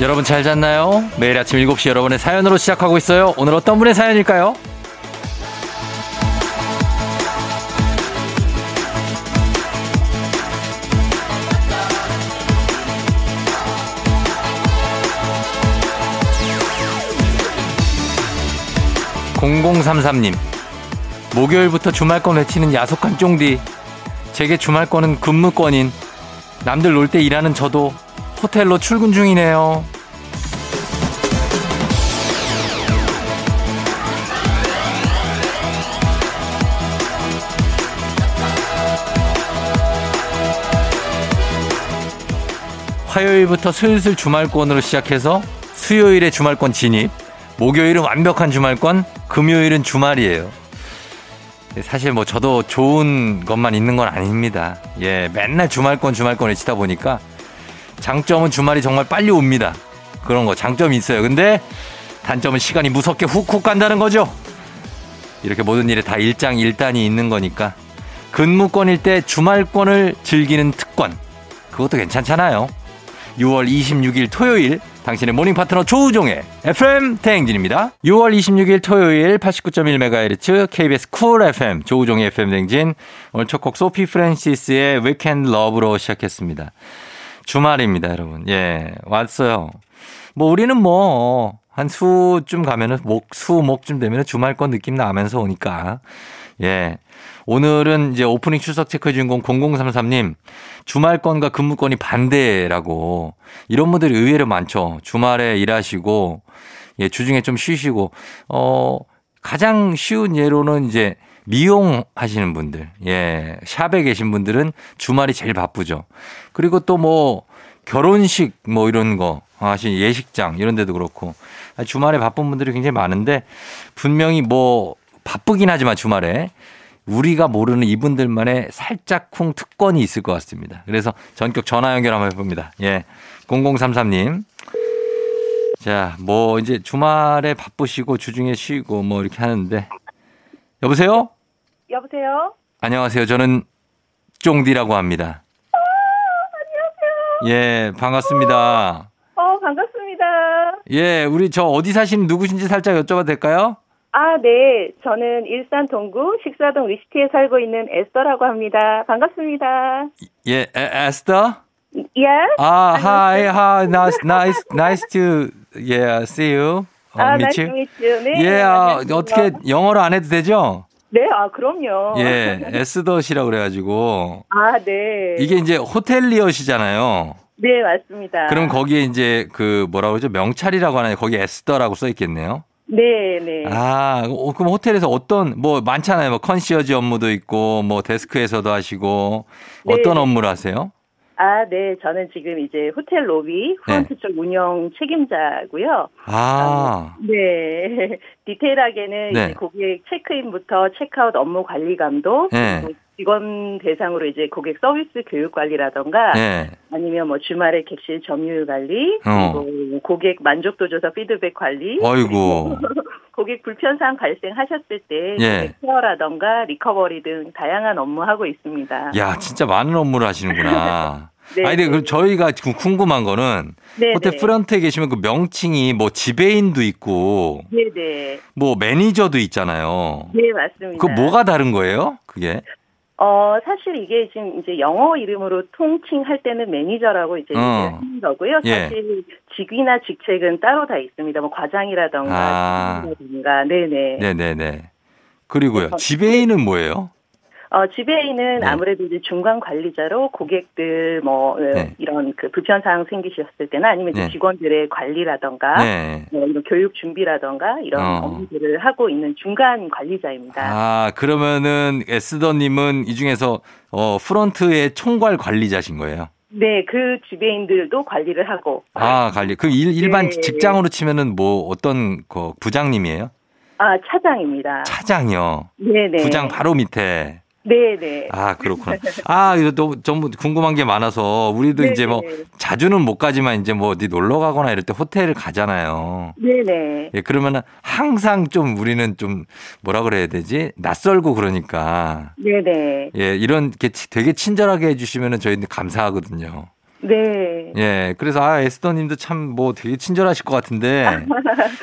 여러분 잘 잤나요? 매일 아침 7시 여러분의 사연으로 시작하고 있어요. 오늘 어떤 분의 사연일까요? 0033님 목요일부터 주말권 외치는 야속한 쫑디 제게 주말권은 근무권인 남들 놀 때 일하는 저도 호텔로 출근 중이네요 화요일부터 슬슬 주말권으로 시작해서 수요일에 주말권 진입 목요일은 완벽한 주말권, 금요일은 주말이에요. 사실 뭐 저도 좋은 것만 있는 건 아닙니다. 예, 맨날 주말권 주말권 외치다 보니까 장점은 주말이 정말 빨리 옵니다. 그런 거 장점이 있어요. 근데 단점은 시간이 무섭게 훅훅 간다는 거죠. 이렇게 모든 일에 다 일장일단이 있는 거니까 근무권일 때 주말권을 즐기는 특권 그것도 괜찮잖아요. 6월 26일 토요일 당신의 모닝 파트너 조우종의 FM 대행진입니다. 6월 26일 토요일 89.1MHz KBS 쿨 FM 조우종의 FM 대행진 오늘 첫 곡 소피 프랜시스의 Weekend Love로 시작했습니다. 주말입니다, 여러분. 예, 왔어요. 뭐 우리는 뭐, 한 수쯤 가면은, 목, 수, 목쯤 되면은 주말권 느낌 나면서 오니까. 예. 오늘은 이제 오프닝 출석 체크해준 공 0033님, 주말권과 근무권이 반대라고. 이런 분들이 의외로 많죠. 주말에 일하시고, 예, 주중에 좀 쉬시고, 어, 가장 쉬운 예로는 이제 미용 하시는 분들, 예, 샵에 계신 분들은 주말이 제일 바쁘죠. 그리고 또 뭐 결혼식 뭐 이런 거 하신 예식장 이런 데도 그렇고 아, 주말에 바쁜 분들이 굉장히 많은데 분명히 뭐 바쁘긴 하지만 주말에 우리가 모르는 이분들만의 살짝쿵 특권이 있을 것 같습니다. 그래서 전격 전화 연결 한번 해봅니다. 예. 0033님. 자, 뭐 이제 주말에 바쁘시고 주중에 쉬고 뭐 이렇게 하는데 여보세요? 여보세요? 안녕하세요. 저는 쫑디라고 합니다. 안녕하세요. 예, 반갑습니다. 어, 반갑습니다. 예, 우리 저 어디 사시는 누구신지 살짝 여쭤봐도 될까요? 아, 네. 저는 일산 동구 식사동 위시티에 살고 있는 에스터라고 합니다. 반갑습니다. 예, 에, 에스터? 예? 아, hi, hi, nice, nice, nice to, yeah, see you. 어, 아, meet nice to you. meet you. 네. 예, 아, 안녕하세요. 어떻게 영어로 안 해도 되죠? 네, 아, 그럼요. 예, 에스더시라고 그래가지고. 아, 네. 이게 이제 호텔리어시잖아요. 네, 맞습니다. 그럼 거기에 이제 그 뭐라고 그러죠? 명찰이라고 하나요? 거기 에스더라고 써 있겠네요. 네, 네. 아, 어, 그럼 호텔에서 어떤 뭐 많잖아요. 뭐 컨시어지 업무도 있고 뭐 데스크에서도 하시고 네. 어떤 업무를 하세요? 아, 네. 저는 지금 이제 호텔 네. 로비 프런트 쪽 운영 책임자고요. 아, 네. 디테일하게는 네. 이제 고객 체크인부터 체크아웃 업무 관리 감독, 네. 그리고 직원 대상으로 이제 고객 서비스 교육 관리라던가 예. 아니면 뭐 주말에 객실 점유율 관리, 어. 그리고 고객 만족도 조사 피드백 관리, 어이구. 고객 불편사항 발생하셨을 때 예. 고객 케어라던가 리커버리 등 다양한 업무 하고 있습니다. 야, 진짜 많은 업무를 하시는구나. 네. 아니, 근데 그럼 저희가 지금 궁금한 거는 네, 호텔 네. 프런트에 계시면 그 명칭이 뭐 지배인도 있고 네, 네. 뭐 매니저도 있잖아요. 네, 맞습니다. 그 뭐가 다른 거예요? 그게? 어, 사실 이게 지금 이제 영어 이름으로 통칭할 때는 매니저라고 이제 어. 얘기를 하는 거고요. 예. 사실 직위나 직책은 따로 다 있습니다. 뭐 과장이라던가, 아. 직원이라던가, 네네. 네네네. 그리고요. 지배인은 뭐예요? 어, 지배인은 네. 아무래도 이제 중간 관리자로 고객들 뭐 어, 네. 이런 그 불편 사항 생기셨을 때나 아니면 이제 네. 직원들의 관리라던가, 네. 뭐 이런 교육 준비라던가 이런 어. 업무들을 하고 있는 중간 관리자입니다. 아, 그러면은 에스더님은 이 중에서 어, 프런트의 총괄 관리자신 거예요. 네, 그 지배인들도 관리를 하고 아, 관리. 그 일, 일반 네. 직장으로 치면은 뭐 어떤 거 부장님이에요? 아, 차장입니다. 차장이요. 네네. 부장 바로 밑에. 네네. 아, 그렇구나. 아, 이거 또 전부 궁금한 게 많아서 우리도 네네. 이제 뭐 자주는 못 가지만 이제 뭐 어디 놀러 가거나 이럴 때 호텔을 가잖아요. 네네. 예, 그러면은 항상 좀 우리는 좀 뭐라 그래야 되지? 낯설고 그러니까. 네네. 예, 이런 게 치- 되게 친절하게 해주시면은 저희는 감사하거든요. 네. 예, 그래서 아 에스더님도 참 뭐 되게 친절하실 것 같은데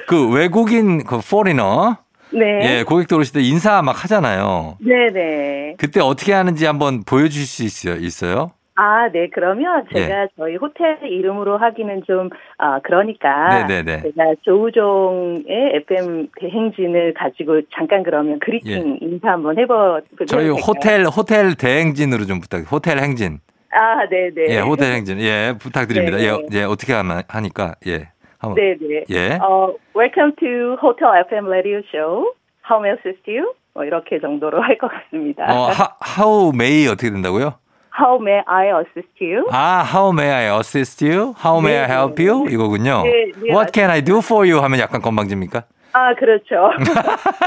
그 외국인 그 포리너 네. 예 고객들 오실 때 인사 막 하잖아요. 네, 네. 그때 어떻게 하는지 한번 보여주실 수 있어요? 있어요? 아, 네. 그러면 예. 제가 저희 호텔 이름으로 하기는 좀, 아, 그러니까. 네네네. 제가 조우종의 FM 대행진을 가지고 잠깐 그러면 그리팅 인사 한번 해보. 예. 저희 호텔 호텔 대행진으로 좀 부탁. 호텔 행진. 아, 네네. 예, 호텔 행진. 예, 부탁드립니다. 네, 예, 네. 예, 어떻게 하면 하니까 예, 한번. 네네. 예. 어, welcome to Hotel FM Radio Show. How may I assist you? 뭐 이렇게 정도로 할 것 같습니다. 어, 하, how may 어떻게 된다고요? How may I assist you? 아, how may I assist you? How may 네. I help you? 이거군요. 네, 네, What can I do for you? 하면 약간 건방집니까? 아, 그렇죠.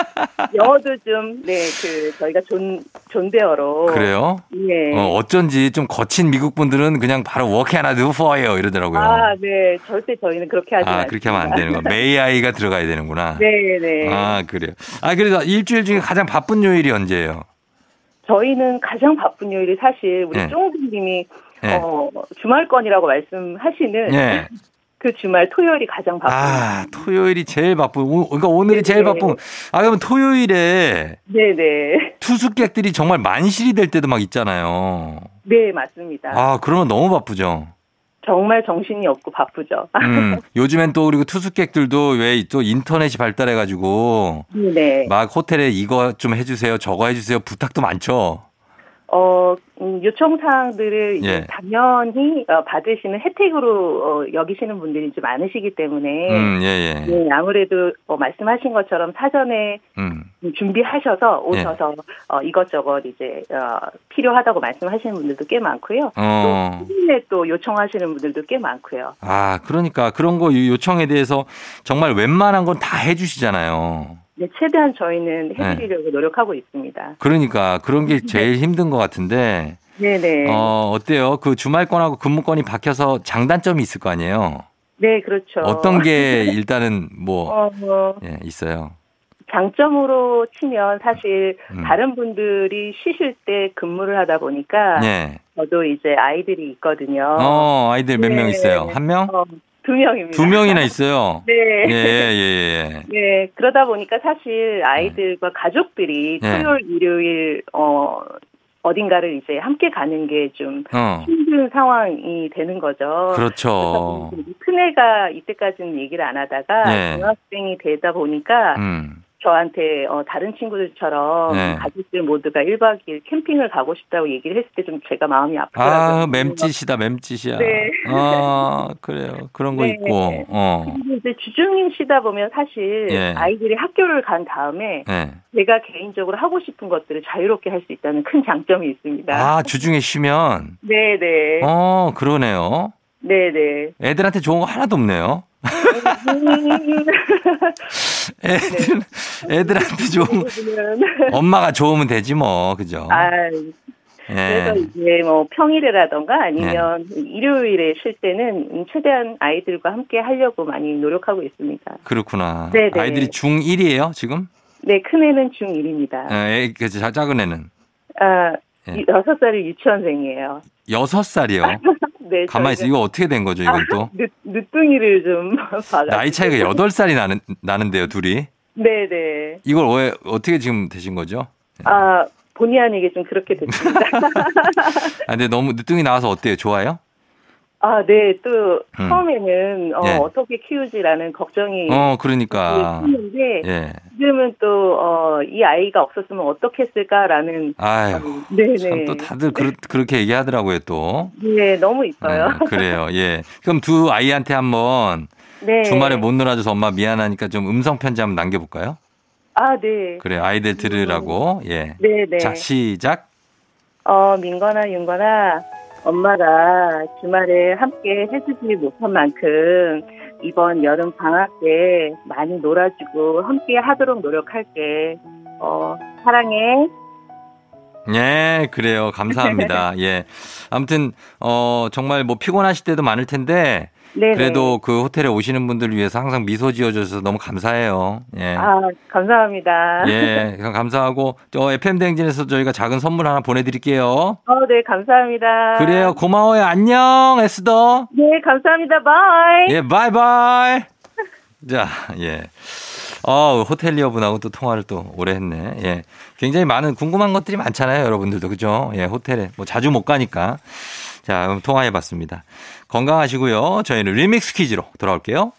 영어도 좀, 네, 그, 저희가 존, 존대어로. 그래요? 네. 어, 어쩐지 좀 거친 미국 분들은 그냥 바로 what can I do for you? 이러더라고요. 아, 네. 절대 저희는 그렇게 하지 아, 않습니다. 그렇게 하면 안 되는 거야. may I가 들어가야 되는구나. 네, 네. 아, 그래요. 아, 그래서 일주일 중에 가장 바쁜 요일이 언제예요? 저희는 가장 바쁜 요일이 사실 우리 예. 쫑님이 예. 어, 주말권이라고 말씀하시는 예. 그 주말 토요일이 가장 바쁜. 아, 토요일이 제일 바쁜. 오- 그러니까 오늘이 제일 네. 바쁜. 아, 그러면 토요일에 네, 네. 투숙객들이 정말 만실이 될 때도 막 있잖아요. 네, 맞습니다. 아, 그러면 너무 바쁘죠. 정말 정신이 없고 바쁘죠. 음, 요즘엔 또 그리고 투숙객들도 왜 또 인터넷이 발달해가지고 네. 막 호텔에 이거 좀 해주세요, 저거 해주세요 부탁도 많죠. 어, 음, 요청사항들을 이제 예. 당연히 어, 받으시는 혜택으로 어, 여기시는 분들이 좀 많으시기 때문에 음, 예, 예. 네, 아무래도 어, 말씀하신 것처럼 사전에 음, 준비하셔서 예. 오셔서 어, 이것저것 이제 어, 필요하다고 말씀하시는 분들도 꽤 많고요. 어. 네, 또 요청하시는 분들도 꽤 많고요. 아, 그러니까 그런 거 요- 요청에 대해서 정말 웬만한 건 다 해주시잖아요. 네, 최대한 예. 저희는 해드리려고 노력하고 있습니다. 그러니까 그런 게 제일 힘든 것 같은데, 네. 네네. 어, 어때요? 그 주말권하고 근무권이 박혀서 장단점이 있을 거 아니에요? 네, 그렇죠. 어떤 게 일단은 뭐, 어, 어, 예, 있어요. 장점으로 치면 사실 음. 다른 분들이 쉬실 때 근무를 하다 보니까 예. 저도 이제 아이들이 있거든요. 어, 아이들 몇 명 네. 있어요? 한 명? 어, 두 명입니다. 두 명이나 있어요. 네. 예, 예, 예. 네, 그러다 보니까 사실 아이들과 가족들이 네. 토요일, 일요일, 어, 어딘가를 이제 함께 가는 게 좀 어. 힘든 상황이 되는 거죠. 어, 그러다 그렇죠. 보니까 이제 큰애가 이때까지는 얘기를 안 하다가 네. 중학생이 되다 보니까 음. 저한테 어, 다른 친구들처럼 네. 가족들 모두가 1박 2일 캠핑을 가고 싶다고 얘기를 했을 때 좀 제가 마음이 아프더라고요. 아, 맴짓이다, 맴짓이야. 네. 아, 그래요. 그런 거 네. 있고. 어. 근데 이제 주중인 쉬다 보면 사실 예. 아이들이 학교를 간 다음에 예. 제가 개인적으로 하고 싶은 것들을 자유롭게 할 수 있다는 큰 장점이 있습니다. 아, 주중에 쉬면 네. 네네. 어, 그러네요. 네네. 애들한테 좋은 거 하나도 없네요. 음, 네. 애들 애들한테 좋은 거- 그거는. 엄마가 좋으면 되지 뭐. 그죠? 아, 예. 그래서 이제 뭐 평일에라던가 아니면 네. 일요일에 쉴 때는 최대한 아이들과 함께 하려고 많이 노력하고 있습니다. 그렇구나. 네, 네. 아이들이 중1이에요, 지금? 네, 큰애는 중1입니다. 예, 애, 그 자- 작은 애는 아, 예. 이- 여섯 살이 유치원생이에요. 여섯 살이요 네, 가만히 있어. 저희는 이거 어떻게 된 거죠, 이건 또? 늦, 늦둥이를 좀 봐가지고. 나이 차이가 여덟 살이 나는, 나는데요, 둘이. 네네. 이걸 왜, 어떻게 지금 되신 거죠? 아, 본의 아니게 좀 그렇게 됐습니다. 네. 아, 근데 너무 늦둥이 나와서 어때요? 좋아요? 아, 네. 또 음. 처음에는 어, 예. 어떻게 키우지라는 걱정이 어, 그러니까. 있는데 예. 지금은 또 어, 이 아이가 없었으면 어떻게 했을까라는 아유. 네네. 참또 다들 그렇게 얘기하더라고요, 또. 네, 너무 있어요. 음, 그래요, 예. 그럼 두 아이한테 한번 네. 주말에 뭐 못 놀아줘서 엄마 미안하니까 좀 음성편지 한번 남겨볼까요? 아, 네. 그래, 아이들 들으라고, 예. 네, 네. 자, 시작. 어, 민건아, 윤건아, 엄마가 주말에 함께 해주지 못한 만큼 이번 여름 방학 때 많이 놀아주고 함께 하도록 노력할게. 어, 사랑해. 예, 그래요. 감사합니다. 예. 아무튼, 어, 정말 뭐 피곤하실 때도 많을 텐데, 네네. 그래도 그 호텔에 오시는 분들을 위해서 항상 미소 지어줘서 너무 감사해요. 예. 아, 감사합니다. 예, 그럼 감사하고 저 FM 대행진에서 저희가 작은 선물 하나 보내드릴게요. 어, 네, 감사합니다. 그래요, 고마워요. 안녕, 에스더. 네, 감사합니다. 바이. 예, 바이바이. 자, 예. 어, 호텔리어분하고 또 통화를 또 오래 했네. 예. 굉장히 많은 궁금한 것들이 많잖아요, 여러분들도. 그죠? 예, 호텔에 뭐 자주 못 가니까. 자, 그럼 통화해 봤습니다. 건강하시고요. 저희는 리믹스 퀴즈로 돌아올게요.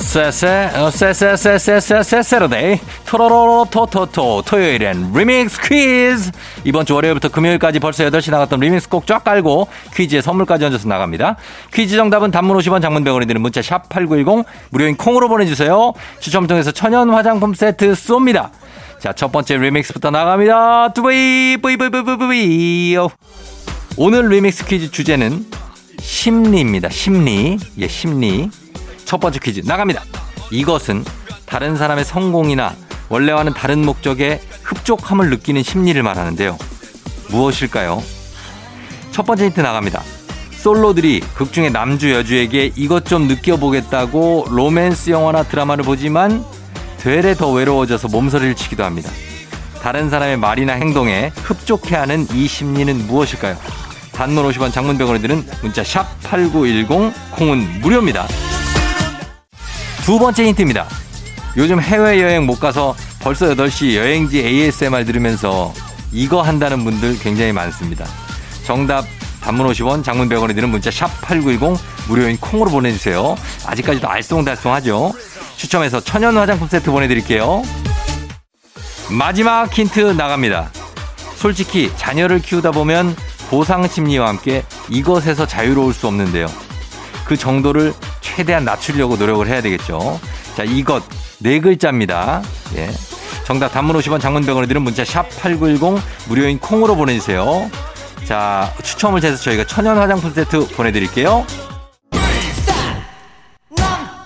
쎄쎄 어, 쎄쎄쎄쎄쎄쎄세러데이 토로로로 토토토 토요일엔 리믹스 퀴즈 이번 주 월요일부터 금요일까지 벌써 8시 나갔던 리믹스 꼭 쫙 깔고 퀴즈에 선물까지 얹어서 나갑니다 퀴즈 정답은 단문 50원 장문 100원이 드는 문자 샵 8910 무료인 콩으로 보내주세요 추첨 통해서 천연 화장품 세트 쏩니다 자 첫 번째 리믹스부터 나갑니다 뚜브이 뿌이뿌이뿌이뿌이 오늘 리믹스 퀴즈 주제는 심리입니다 심리 예 심리 첫 번째 퀴즈 나갑니다. 이것은 다른 사람의 성공이나 원래와는 다른 목적에 흡족함을 느끼는 심리를 말하는데요. 무엇일까요? 첫 번째 힌트 나갑니다. 솔로들이 극중의 남주 여주에게 이것 좀 느껴보겠다고 로맨스 영화나 드라마를 보지만 되레 더 외로워져서 몸서리를 치기도 합니다. 다른 사람의 말이나 행동에 흡족해하는 이 심리는 무엇일까요? 단문 50원 장문병원에 드는 문자 샵 8910 콩은 무료입니다. 두 번째 힌트입니다. 요즘 해외여행 못 가서 벌써 8시 여행지 ASMR 들으면서 이거 한다는 분들 굉장히 많습니다. 정답 단문 50원, 장문 100원이 드는 문자 샵 8910 무료인 콩으로 보내주세요. 아직까지도 알쏭달쏭하죠? 추첨해서 천연 화장품 세트 보내드릴게요. 마지막 힌트 나갑니다. 솔직히 자녀를 키우다 보면 보상 심리와 함께 이것에서 자유로울 수 없는데요. 그 정도를 최대한 낮추려고 노력을 해야 되겠죠. 자, 이것 네 글자입니다. 예. 정답 단문 50원 장문병원에 드는 문자 샵 8910 무료인 콩으로 보내주세요. 자, 추첨을 해서 저희가 천연 화장품 세트 보내드릴게요.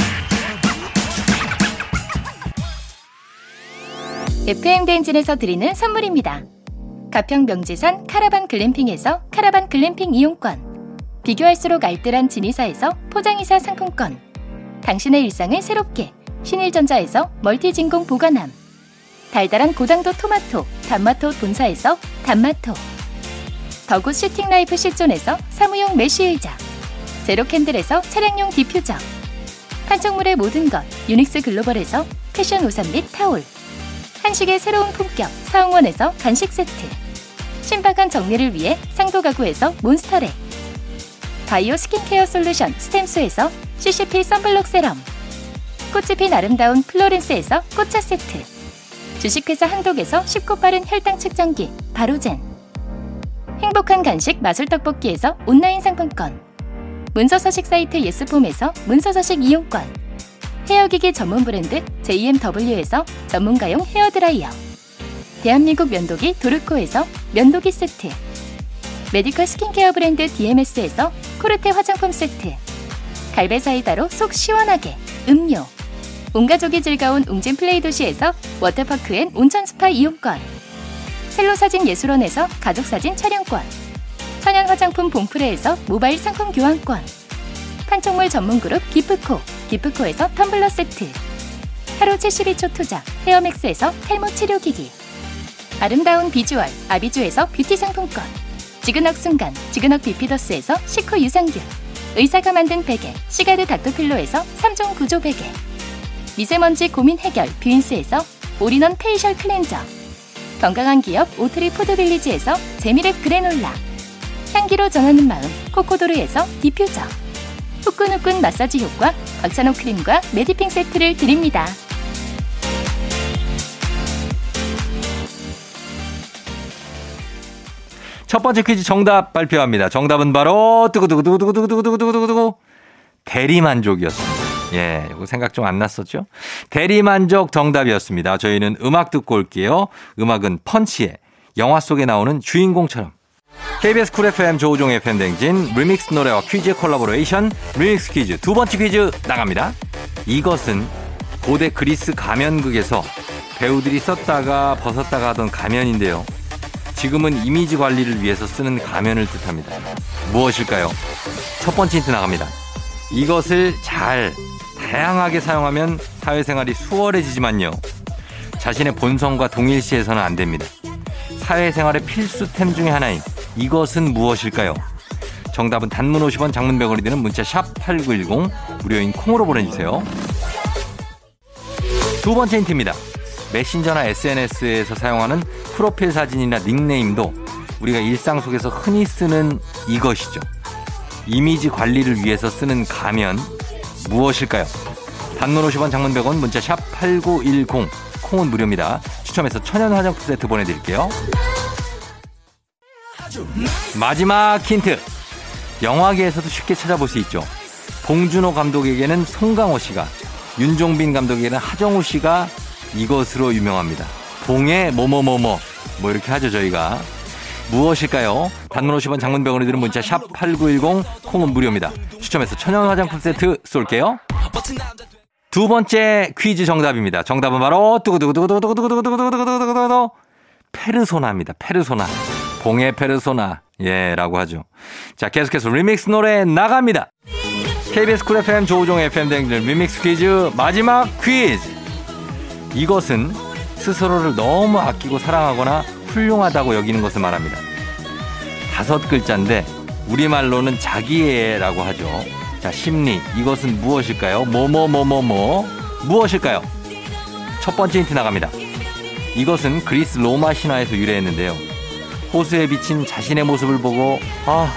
FM 대행진에서 예, 드리는 선물입니다. 가평 명지산 카라반 글램핑에서 카라반 글램핑 이용권 비교할수록 알뜰한 진이사에서 포장이사 상품권 당신의 일상을 새롭게 신일전자에서 멀티진공 보관함 달달한 고당도 토마토 단마토 본사에서 단마토 더굿 시팅라이프 시존에서 사무용 메쉬의자 제로캔들에서 차량용 디퓨저 판촉물의 모든 것 유닉스 글로벌에서 패션 우산 및 타올 한식의 새로운 품격 사홍원에서 간식 세트 신박한 정리를 위해 상도 가구에서 몬스터랩 바이오 스킨케어 솔루션 스템수에서 CCP 썬블록 세럼 꽃이 핀 아름다운 플로렌스에서 꽃차 세트 주식회사 한독에서 쉽고 빠른 혈당 측정기 바로젠 행복한 간식 마술 떡볶이에서 온라인 상품권 문서서식 사이트 예스폼에서 문서서식 이용권 헤어기기 전문 브랜드 JMW에서 전문가용 헤어드라이어 대한민국 면도기 도르코에서 면도기 세트 메디컬 스킨케어 브랜드 DMS에서 코르테 화장품 세트 갈베사이다로 속 시원하게 음료 온가족이 즐거운 웅진 플레이 도시에서 워터파크 앤 온천 스파 이용권 셀로사진 예술원에서 가족사진 촬영권 천연 화장품 봉프레에서 모바일 상품 교환권 판촉물 전문 그룹 기프코, 기프코에서 텀블러 세트. 하루 72초 투자, 헤어맥스에서 탈모 치료기기. 아름다운 비주얼, 아비주에서 뷰티 상품권. 지그넉 순간, 지그넉 비피더스에서 식후 유산균. 의사가 만든 베개, 시가드 닥터필로에서 3종 구조 베개. 미세먼지 고민 해결, 뷰인스에서 올인원 페이셜 클렌저. 건강한 기업 오트리 포드빌리지에서 재미랩 그래놀라 향기로 정하는 마음 코코도르에서 디퓨저 후끈후끈 마사지 효과 박찬호 크림과 메디핑 세트를 드립니다. 첫 번째 퀴즈 정답 발표합니다. 정답은 바로 두구두구두구두구두구두구두구두구 대리만족이었습니다. 예, 이거 생각 좀 안 났었죠? 대리만족 정답이었습니다. 저희는 음악 듣고 올게요. 음악은 펀치의 영화 속에 나오는 주인공처럼. KBS 쿨 FM 조우종의 팬댕진 리믹스 노래와 퀴즈의 콜라보레이션 리믹스 퀴즈 두 번째 퀴즈 나갑니다. 이것은 고대 그리스 가면극에서 배우들이 썼다가 벗었다가 하던 가면인데요. 지금은 이미지 관리를 위해서 쓰는 가면을 뜻합니다. 무엇일까요? 첫 번째 힌트 나갑니다. 이것을 잘 다양하게 사용하면 사회생활이 수월해지지만요. 자신의 본성과 동일시해서는 안 됩니다. 사회생활의 필수템 중에 하나인 이것은 무엇일까요? 정답은 단문 50원 장문 100원이 되는 문자 샵 8910 무료인 콩으로 보내주세요. 두 번째 힌트입니다. 메신저나 SNS에서 사용하는 프로필 사진이나 닉네임도 우리가 일상 속에서 흔히 쓰는 이것이죠. 이미지 관리를 위해서 쓰는 가면 무엇일까요? 단문 50원 장문 100원 문자 샵 8910 콩은 무료입니다. 추첨해서 천연 화장품 세트 보내드릴게요. 마지막 힌트. 영화계에서도 쉽게 찾아볼 수 있죠. 봉준호 감독에게는 송강호 씨가 윤종빈 감독에게는 하정우 씨가 이것으로 유명합니다. 봉의 뭐뭐뭐뭐 뭐 이렇게 하죠 저희가. 무엇일까요? 단문 50원 장문 100원이 드는 문자 샵 8910 콩은 무료입니다. 추첨해서 천연 화장품 세트 쏠게요. 두 번째 퀴즈 정답입니다. 정답은 바로 두구두구두구두구두구두구두구두구두구두구 페르소나입니다. 페르소나. 봉의 페르소나. 예, 라고 하죠. 자, 계속해서 리믹스 노래 나갑니다. KBS 쿨 FM 조우종 FM 댕들 리믹스 퀴즈 마지막 퀴즈. 이것은 스스로를 너무 아끼고 사랑하거나 훌륭하다고 여기는 것을 말합니다. 다섯 글자인데 우리말로는 자기애라고 하죠. 자, 심리 이것은 무엇일까요? 뭐, 뭐뭐뭐뭐뭐 무엇일까요? 첫 번째 힌트 나갑니다. 이것은 그리스 로마 신화에서 유래했는데요. 호수에 비친 자신의 모습을 보고 아 어,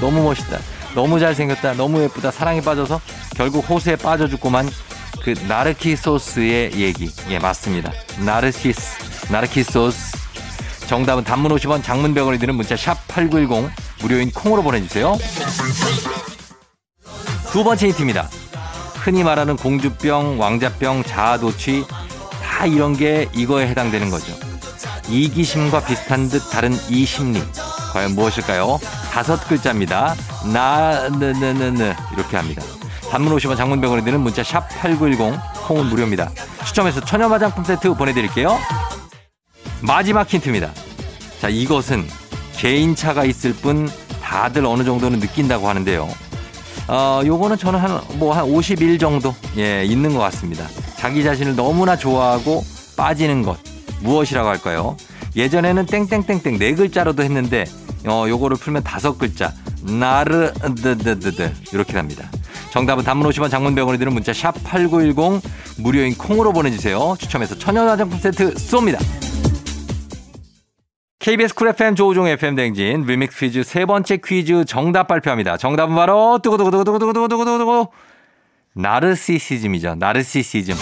너무 멋있다. 너무 잘생겼다. 너무 예쁘다. 사랑에 빠져서 결국 호수에 빠져 죽고만 그 나르키소스의 얘기. 예, 맞습니다. 나르시스. 나르키소스. 정답은 단문 50원, 장문 100원이 드는 문자 샵 8910 무료인 콩으로 보내 주세요. 두 번째 힌트입니다. 흔히 말하는 공주병, 왕자병, 자아도취 다 이런 게 이거에 해당되는 거죠. 이기심과 비슷한 듯 다른 이 심리. 과연 무엇일까요? 다섯 글자입니다. 나, 네, 느, 느, 느, 느. 이렇게 합니다. 단문 50원 장문 100원이 드는 문자 샵 8910 콩은 무료입니다. 추첨해서 천연 화장품 세트 보내드릴게요. 마지막 힌트입니다. 자 이것은 개인차가 있을 뿐 다들 어느 정도는 느낀다고 하는데요. 어, 요거는 저는 한, 뭐, 한 51 정도, 예, 있는 것 같습니다. 자기 자신을 너무나 좋아하고 빠지는 것. 무엇이라고 할까요? 예전에는 땡땡땡땡 네 글자로도 했는데, 어, 요거를 풀면 다섯 글자. 나르드드드드. 이렇게 합니다. 정답은 단문 50원 장문 100원이 드는 문자 샵 8910 무료인 콩으로 보내주세요. 추첨해서 천연 화장품 세트 쏩니다. KBS 쿨 FM 조우종 FM 댕진 리믹스 퀴즈 세 번째 퀴즈 정답 발표합니다. 정답은 바로 두구두구두구두구두구두구두구 나르시시즘이죠. 나르시시즘.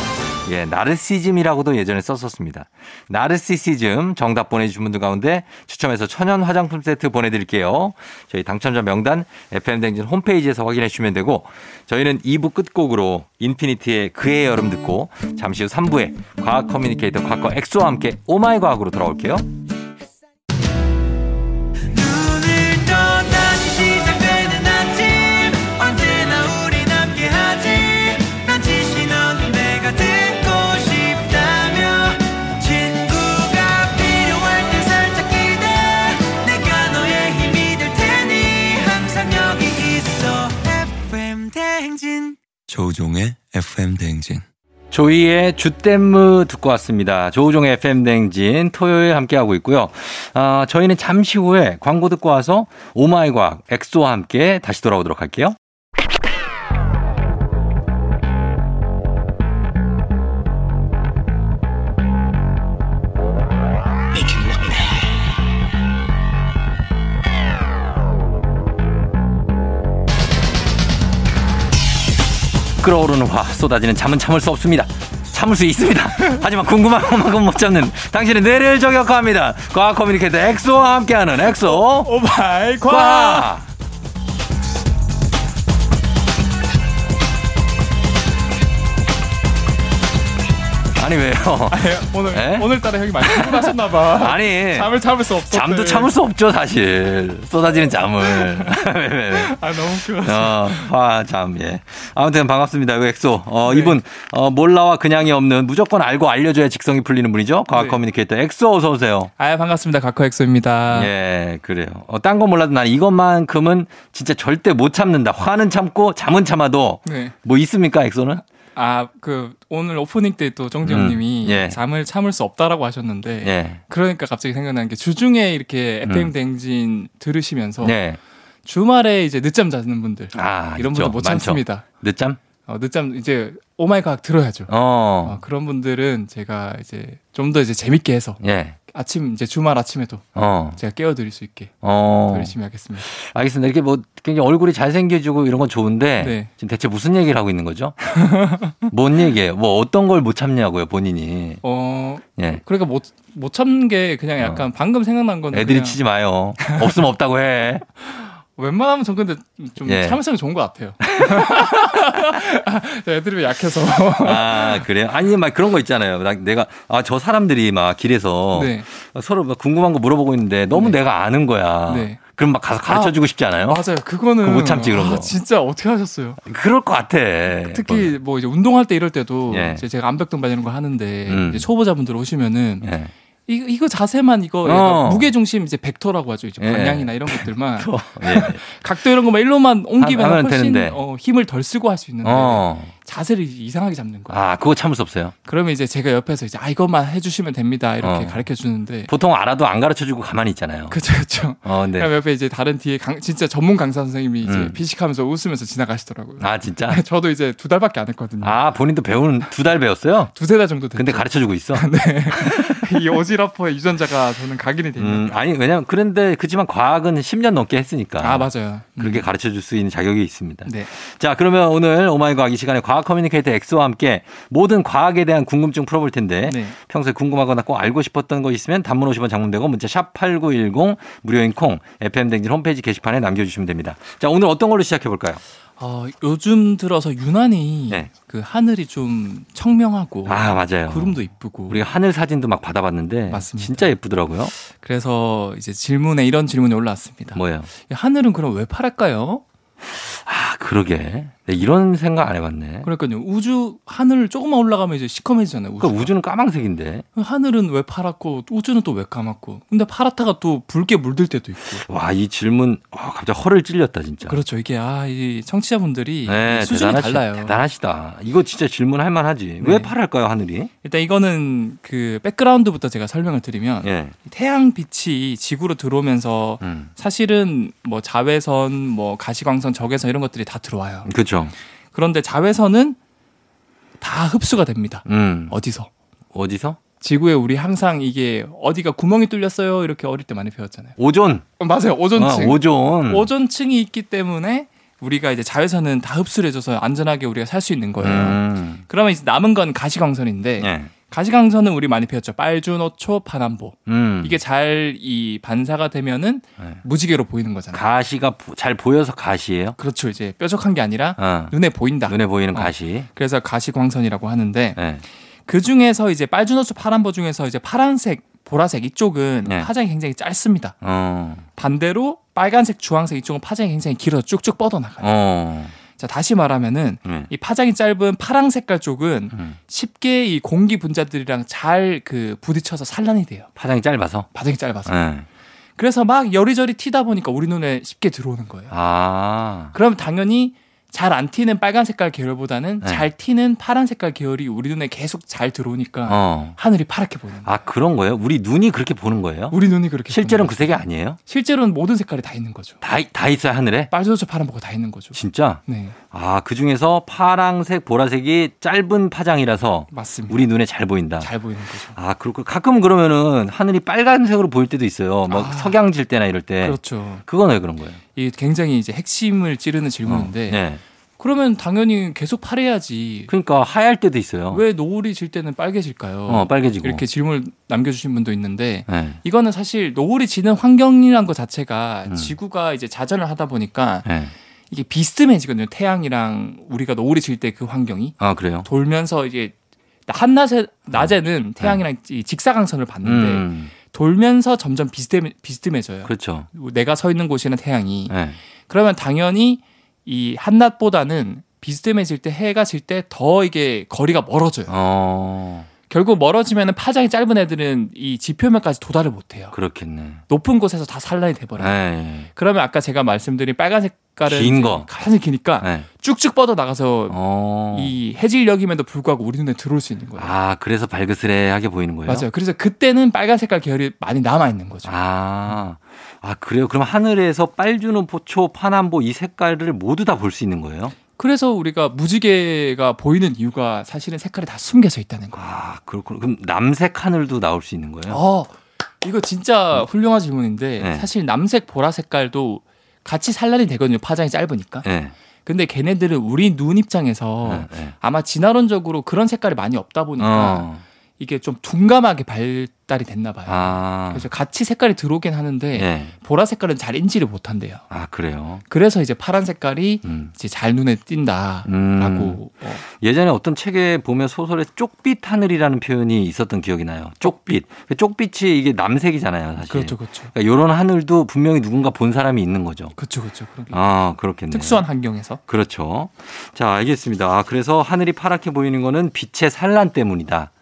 예, 나르시즘이라고도 예전에 썼었습니다. 나르시시즘 정답 보내주신 분들 가운데 추첨해서 천연 화장품 세트 보내드릴게요. 저희 당첨자 명단 FM댕진 홈페이지에서 확인해 주시면 되고 저희는 2부 끝곡으로 인피니티의 그의 여름 듣고 잠시 후 3부에 과학 커뮤니케이터 과거 엑소와 함께 오마이 과학으로 돌아올게요. 눈을 떠 다시 시작되는 아침 언제나 우린 함께하지 난 지시 넌 내가 듣고 싶다며 친구가 필요할 때 살짝 기대 내가 너의 힘이 될 테니 항상 여기 있어 FM 대행진 조우종의 FM 대행진. 조이의 주댐무 듣고 왔습니다. 조우종의 FM 댕진 토요일 함께하고 있고요. 아, 저희는 잠시 후에 광고 듣고 와서 오마이 과학 엑소와 함께 다시 돌아오도록 할게요. Making 끓어오르는 화 쏟아지는 잠은 참을 수 없습니다. 참을 수 있습니다. 하지만 궁금한 것만큼 못 참는 당신의 뇌를 저격합니다. 과학 커뮤니케이터 엑소와 함께하는 엑소 어, 오마이 과. 과. 아니 왜요? 아니, 오늘 에? 오늘따라 형이 많이 피곤하셨나봐. 아니 잠을 참을 수 없어. 잠도 참을 수 없죠 사실 쏟아지는 잠을. 왜, 왜, 왜. 아 너무 피곤. 어, 아, 참, 예. 아무튼 반갑습니다. 이거 엑소. 어, 네. 이분, 어, 몰라와 그냥이 없는 무조건 알고 알려줘야 직성이 풀리는 분이죠. 과학 네. 커뮤니케이터 엑소 어서오세요. 아 반갑습니다. 가커 엑소입니다. 예, 그래요. 어, 딴 거 몰라도 난 이것만큼은 진짜 절대 못 참는다. 화는 참고 잠은 참아도 네. 뭐 있습니까, 엑소는? 아 그 오늘 오프닝 때 또 정지 음, 형님이 예. 잠을 참을 수 없다라고 하셨는데 예. 그러니까 갑자기 생각나는 게 주중에 이렇게 음. FM 댕진 들으시면서 예. 주말에 이제 늦잠 자는 분들 아, 이런 있죠. 분들 못 많죠. 참습니다. 늦잠? 어, 늦잠 이제 오마이 과학 들어야죠. 어. 어, 그런 분들은 제가 이제 좀 더 이제 재밌게 해서 예. 아침 이제 주말 아침에도 어. 제가 깨워드릴 수 있게 더 어. 열심히 하겠습니다. 알겠습니다. 이렇게 뭐 굉장히 얼굴이 잘생겨지고 이런 건 좋은데 네. 지금 대체 무슨 얘기를 하고 있는 거죠? 뭔 얘기예요? 뭐 어떤 걸 못 참냐고요, 본인이. 어 예. 그러니까 못 못 참는 게 그냥 약간 방금 생각난 건데 어. 애들이 그냥 치지 마요. 없으면 없다고 해. 웬만하면 전 근데 좀 예. 참을성이 좋은 것 같아요. 저 애들이 약해서 아, 그래요? 아니, 막 그런 거 있잖아요. 나- 내가, 아, 저 사람들이 막 길에서 네. 서로 막 궁금한 거 물어보고 있는데 너무 내가 아는 거야. 네. 그럼 막 가서 가르쳐 주고 싶지 않아요? 맞아요. 그거는 그거 못 참지, 그런 아, 거. 진짜 어떻게 하셨어요? 그럴 것 같아. 특히 뭐 이제 운동할 때 이럴 때도 예. 이제 제가 암벽등반 이런 거 하는데 음. 이제 초보자분들 오시면은 예. 이, 이거 자세만 이거 어. 약간 무게중심 이제 벡터라고 하죠. 이제 예. 방향이나 이런 것들만 또, 예. 각도 이런 것만 일로만 옮기면 하면 훨씬 되는데. 어, 힘을 덜 쓰고 할 수 있는데 어. 네. 자세를 이상하게 잡는 거예요. 아, 그거 참을 수 없어요. 그러면 이제 제가 옆에서 이제 아 이것만 해주시면 됩니다 이렇게 어. 가르쳐 주는데 보통 알아도 안 가르쳐 주고 가만히 있잖아요. 그쵸 아, 그쵸. 어, 네. 그럼 옆에 이제 다른 뒤에 강- 진짜 전문 강사 선생님이 이제 음. 피식하면서 웃으면서 지나가시더라고요. 아 진짜? 저도 이제 두 달밖에 안 했거든요. 아 본인도 배우는 두 달 배웠어요? 두세 달 정도 됐는데 근데 가르쳐주고 있어. 네. 이 오지라퍼의 유전자가 저는 각인이 돼 있는. 음, 아니 왜냐면 그런데 그지만 과학은 10년 넘게 했으니까. 아 맞아요. 음. 그렇게 가르쳐 줄 수 있는 자격이 있습니다. 네. 자, 그러면 오늘 오마이 과학 이 시간에 과학 커뮤니케이터 엑소와 함께 모든 과학에 대한 궁금증 풀어볼 텐데 네. 평소에 궁금하거나 꼭 알고 싶었던 거 있으면 단문 50원 장문되고 문자 샵8910 무료인 콩 FM댕진 홈페이지 게시판에 남겨주시면 됩니다. 자, 오늘 어떤 걸로 시작해볼까요? 어, 요즘 들어서 유난히 네. 그 하늘이 좀 청명하고 아, 맞아요. 구름도 이쁘고 우리가 하늘 사진도 막 받아봤는데 맞습니다. 진짜 예쁘더라고요. 그래서 이제 질문에 이런 질문이 올라왔습니다. 뭐예요? 하늘은 그럼 왜 파랄까요? 아, 그러게. 네, 이런 생각 안 해봤네. 그러니까요. 우주 하늘 조금만 올라가면 이제 시커매지잖아요. 우주. 그러니까 우주는 까망색인데. 하늘은 왜 파랗고 우주는 또 왜 까맣고. 근데 파랗다가 또 붉게 물들 때도 있고. 와, 이 질문, 아, 갑자기 허를 찔렸다, 진짜. 그렇죠. 이게 아, 이 청취자분들이 네, 수준이 대단하시- 달라요. 대단하시다. 이거 진짜 질문할 만하지. 네. 왜 파랄까요, 하늘이? 일단 이거는 그 백그라운드부터 제가 설명을 드리면 예. 태양 빛이 지구로 들어오면서 음. 사실은 뭐 자외선, 뭐 가시광선, 적외선 이런 것들이 다 들어와요. 그렇죠. 그런데 자외선은 다 흡수가 됩니다. 음. 어디서? 어디서? 지구에 우리 항상 이게 어디가 구멍이 뚫렸어요 이렇게 어릴 때 많이 배웠잖아요. 오존. 어, 맞아요. 아, 오존층. 오존. 오존층이 있기 때문에 우리가 이제 자외선은 다 흡수를 해줘서 안전하게 우리가 살 수 있는 거예요. 음. 그러면 이제 남은 건 가시광선인데 예. 가시광선은 우리 많이 배웠죠. 빨주노초 파남보. 음. 이게 잘 이 반사가 되면은 네. 무지개로 보이는 거잖아요. 가시가 보- 잘 보여서 가시예요? 그렇죠. 이제 뾰족한 게 아니라 어. 눈에 보인다. 눈에 보이는 어. 가시. 그래서 가시광선이라고 하는데 예. 그 중에서 이제 빨주노초 파남보 중에서 이제 파란색, 보라색 이쪽은 네. 파장이 굉장히 짧습니다. 어. 반대로 빨간색, 주황색 이쪽은 파장이 굉장히 길어서 쭉쭉 뻗어나가요. 어. 자, 다시 말하면은 예. 이 파장이 짧은 파랑 색깔 쪽은 음. 쉽게 이 공기 분자들이랑 잘 그 부딪혀서 산란이 돼요. 파장이 짧아서. 파장이 짧아서. 예. 그래서 막 여리저리 튀다 보니까 우리 눈에 쉽게 들어오는 거예요. 아. 그럼 당연히 잘 안 튀는 빨간 색깔 계열보다는 네. 잘 튀는 파란 색깔 계열이 우리 눈에 계속 잘 들어오니까 어. 하늘이 파랗게 보이는 거예요. 아, 그런 거예요? 우리 눈이 그렇게 보는 거예요? 우리 눈이 그렇게 아. 실제로는 보이는 그 색이 아니에요? 거예요. 실제로는 모든 색깔이 다 있는 거죠. 다, 다 있어요, 하늘에? 빨주노초 파란보고 다 있는 거죠. 진짜? 네, 아, 그 중에서 파랑색, 보라색이 짧은 파장이라서 맞습니다. 우리 눈에 잘 보인다. 잘 보이는 거죠. 아, 그렇고 가끔 그러면은 하늘이 빨간색으로 보일 때도 있어요. 막 아. 석양 질 때나 이럴 때. 그렇죠. 그건 왜 그런 거예요? 이게 굉장히 이제 핵심을 찌르는 질문인데 어, 네. 그러면 당연히 계속 파래야지. 그러니까 하얄 때도 있어요. 왜 노을이 질 때는 빨개질까요? 어, 빨개지고. 이렇게 질문을 남겨주신 분도 있는데 예. 이거는 사실 노을이 지는 환경이란 것 자체가 음. 지구가 이제 자전을 하다 보니까 예. 이게 비스듬해지거든요. 태양이랑 우리가 노을이 질 때 그 환경이 아 그래요. 돌면서 이제 한낮에 낮에는 태양이랑 이 직사광선을 받는데 네. 음, 돌면서 점점 비스듬 비스듬해져요. 그렇죠. 내가 서 있는 곳이나 태양이 예. 그러면 당연히 이 한낮보다는 비스듬해질 때 해가 질 때 더 이게 거리가 멀어져요. 어 결국 멀어지면 파장이 짧은 애들은 이 지표면까지 도달을 못해요. 그렇겠네. 높은 곳에서 다 산란이 돼버려요. 예. 그러면 아까 제가 말씀드린 빨간 색깔은 긴 거. 가장 기니까 예. 쭉쭉 뻗어 나가서 어. 아, 이 해질녘임에도 불구하고 우리 눈에 들어올 수 있는 거예요. 아 그래서 발그스레하게 보이는 거예요. 맞아요. 그래서 그때는 빨간 색깔 계열이 많이 남아 있는 거죠. 아, 아 그래요. 그럼 하늘에서 빨주는 포초, 파남보 이 색깔을 모두 다 볼 수 있는 거예요? 그래서 우리가 무지개가 보이는 이유가 사실은 색깔이 다 숨겨져 있다는 거예요. 아 그렇군. 그럼 남색 하늘도 나올 수 있는 거예요? 어, 이거 진짜 훌륭한 질문인데 네. 사실 남색, 보라색깔도 같이 산란이 되거든요. 파장이 짧으니까. 예. 근데 걔네들은 우리 눈 입장에서 예, 예. 아마 진화론적으로 그런 색깔이 많이 없다 보니까 어. 이게 좀 둔감하게 발달이 됐나 봐요. 아. 그래서 같이 색깔이 들어오긴 하는데 예. 보라 색깔은 잘 인지를 못한대요. 아 그래요. 그래서 이제 파란 색깔이 음. 이제 잘 눈에 띈다라고. 음. 어, 예전에 어떤 책에 보면 소설에 쪽빛 하늘이라는 표현이 있었던 기억이 나요. 쪽빛. 그 쪽빛이 이게 남색이잖아요, 사실. 그렇죠, 그렇죠, 그러니까 이런 하늘도 분명히 누군가 본 사람이 있는 거죠. 그렇죠, 그렇죠. 그런 게 아 그렇겠네요. 특수한 환경에서. 그렇죠. 자, 알겠습니다. 아, 그래서 하늘이 파랗게 보이는 거는 빛의 산란 때문이다.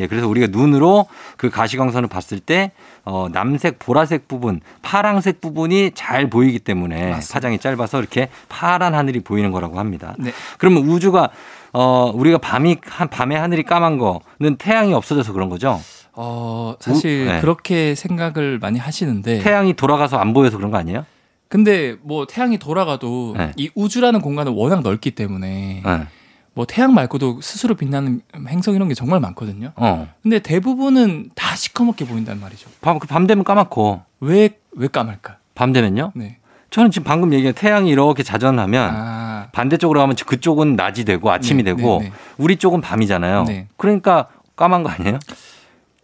예, 그래서 우리가 눈으로 그 가시광선을 봤을 때 어, 남색, 보라색 부분, 파랑색 부분이 잘 보이기 때문에 맞습니다. 파장이 짧아서 이렇게 파란 하늘이 보이는 거라고 합니다. 네. 그러면 우주가 어, 우리가 밤이 한- 밤에 하늘이 까만 거는 태양이 없어져서 그런 거죠. 어, 사실 우- 네. 그렇게 생각을 많이 하시는데 태양이 돌아가서 안 보여서 그런 거 아니에요? 근데 뭐 태양이 돌아가도 네. 이 우주라는 공간은 워낙 넓기 때문에 네. 뭐 태양 말고도 스스로 빛나는 행성 이런 게 정말 많거든요. 어. 근데 대부분은 다 시커멓게 보인단 말이죠. 밤, 그밤 되면 까맣고 왜 왜 까말까? 밤 되면요? 네. 저는 지금 방금 얘기한 태양이 이렇게 자전하면 아. 반대쪽으로 가면 그쪽은 낮이 되고 아침이 네, 되고 네, 네. 우리 쪽은 밤이잖아요. 네. 그러니까 까만 거 아니에요?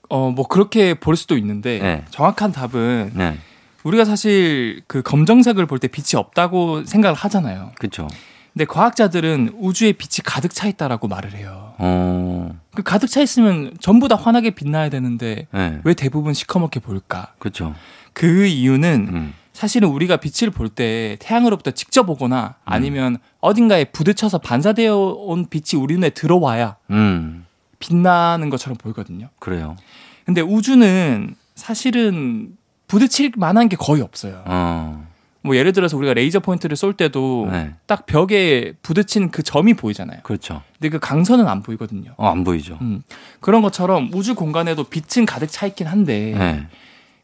어, 뭐 그렇게 볼 수도 있는데 네. 정확한 답은 네. 우리가 사실 그 검정색을 볼 때 빛이 없다고 생각을 하잖아요. 그렇죠. 근데 과학자들은 우주에 빛이 가득 차 있다라고 말을 해요. 어. 그 가득 차 있으면 전부 다 환하게 빛나야 되는데 네. 왜 대부분 시커멓게 보일까? 그렇죠. 그 이유는 음. 사실은 우리가 빛을 볼 때 태양으로부터 직접 오거나 음. 아니면 어딘가에 부딪혀서 반사되어 온 빛이 우리 눈에 들어와야 음. 빛나는 것처럼 보이거든요. 그래요. 근데 우주는 사실은 부딪힐 만한 게 거의 없어요. 어. 뭐 예를 들어서 우리가 레이저 포인트를 쏠 때도 네. 딱 벽에 부딪힌 그 점이 보이잖아요. 그렇죠. 근데 그 강선은 안 보이거든요. 어, 안 보이죠. 음. 그런 것처럼 우주 공간에도 빛은 가득 차 있긴 한데 네.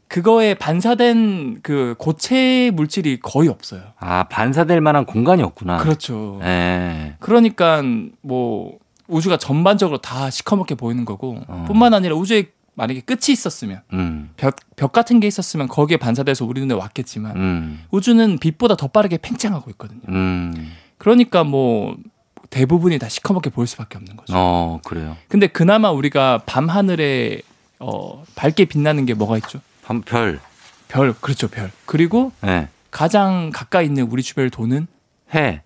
그거에 반사된 그 고체 물질이 거의 없어요. 아, 반사될 만한 공간이 없구나. 그렇죠. 아. 네. 그러니까 뭐 우주가 전반적으로 다 시커멓게 보이는 거고 어. 뿐만 아니라 우주에 만약에 끝이 있었으면 음. 벽, 벽 같은 게 있었으면 거기에 반사돼서 우리 눈에 왔겠지만 음. 우주는 빛보다 더 빠르게 팽창하고 있거든요. 음. 그러니까 뭐 대부분이 다 시커멓게 보일 수밖에 없는 거죠. 어, 그래요. 근데 그나마 우리가 밤 하늘에 어, 밝게 빛나는 게 뭐가 있죠? 밤 별. 별, 그렇죠, 별. 그리고 네. 가장 가까이 있는 우리 주변을 도는 해.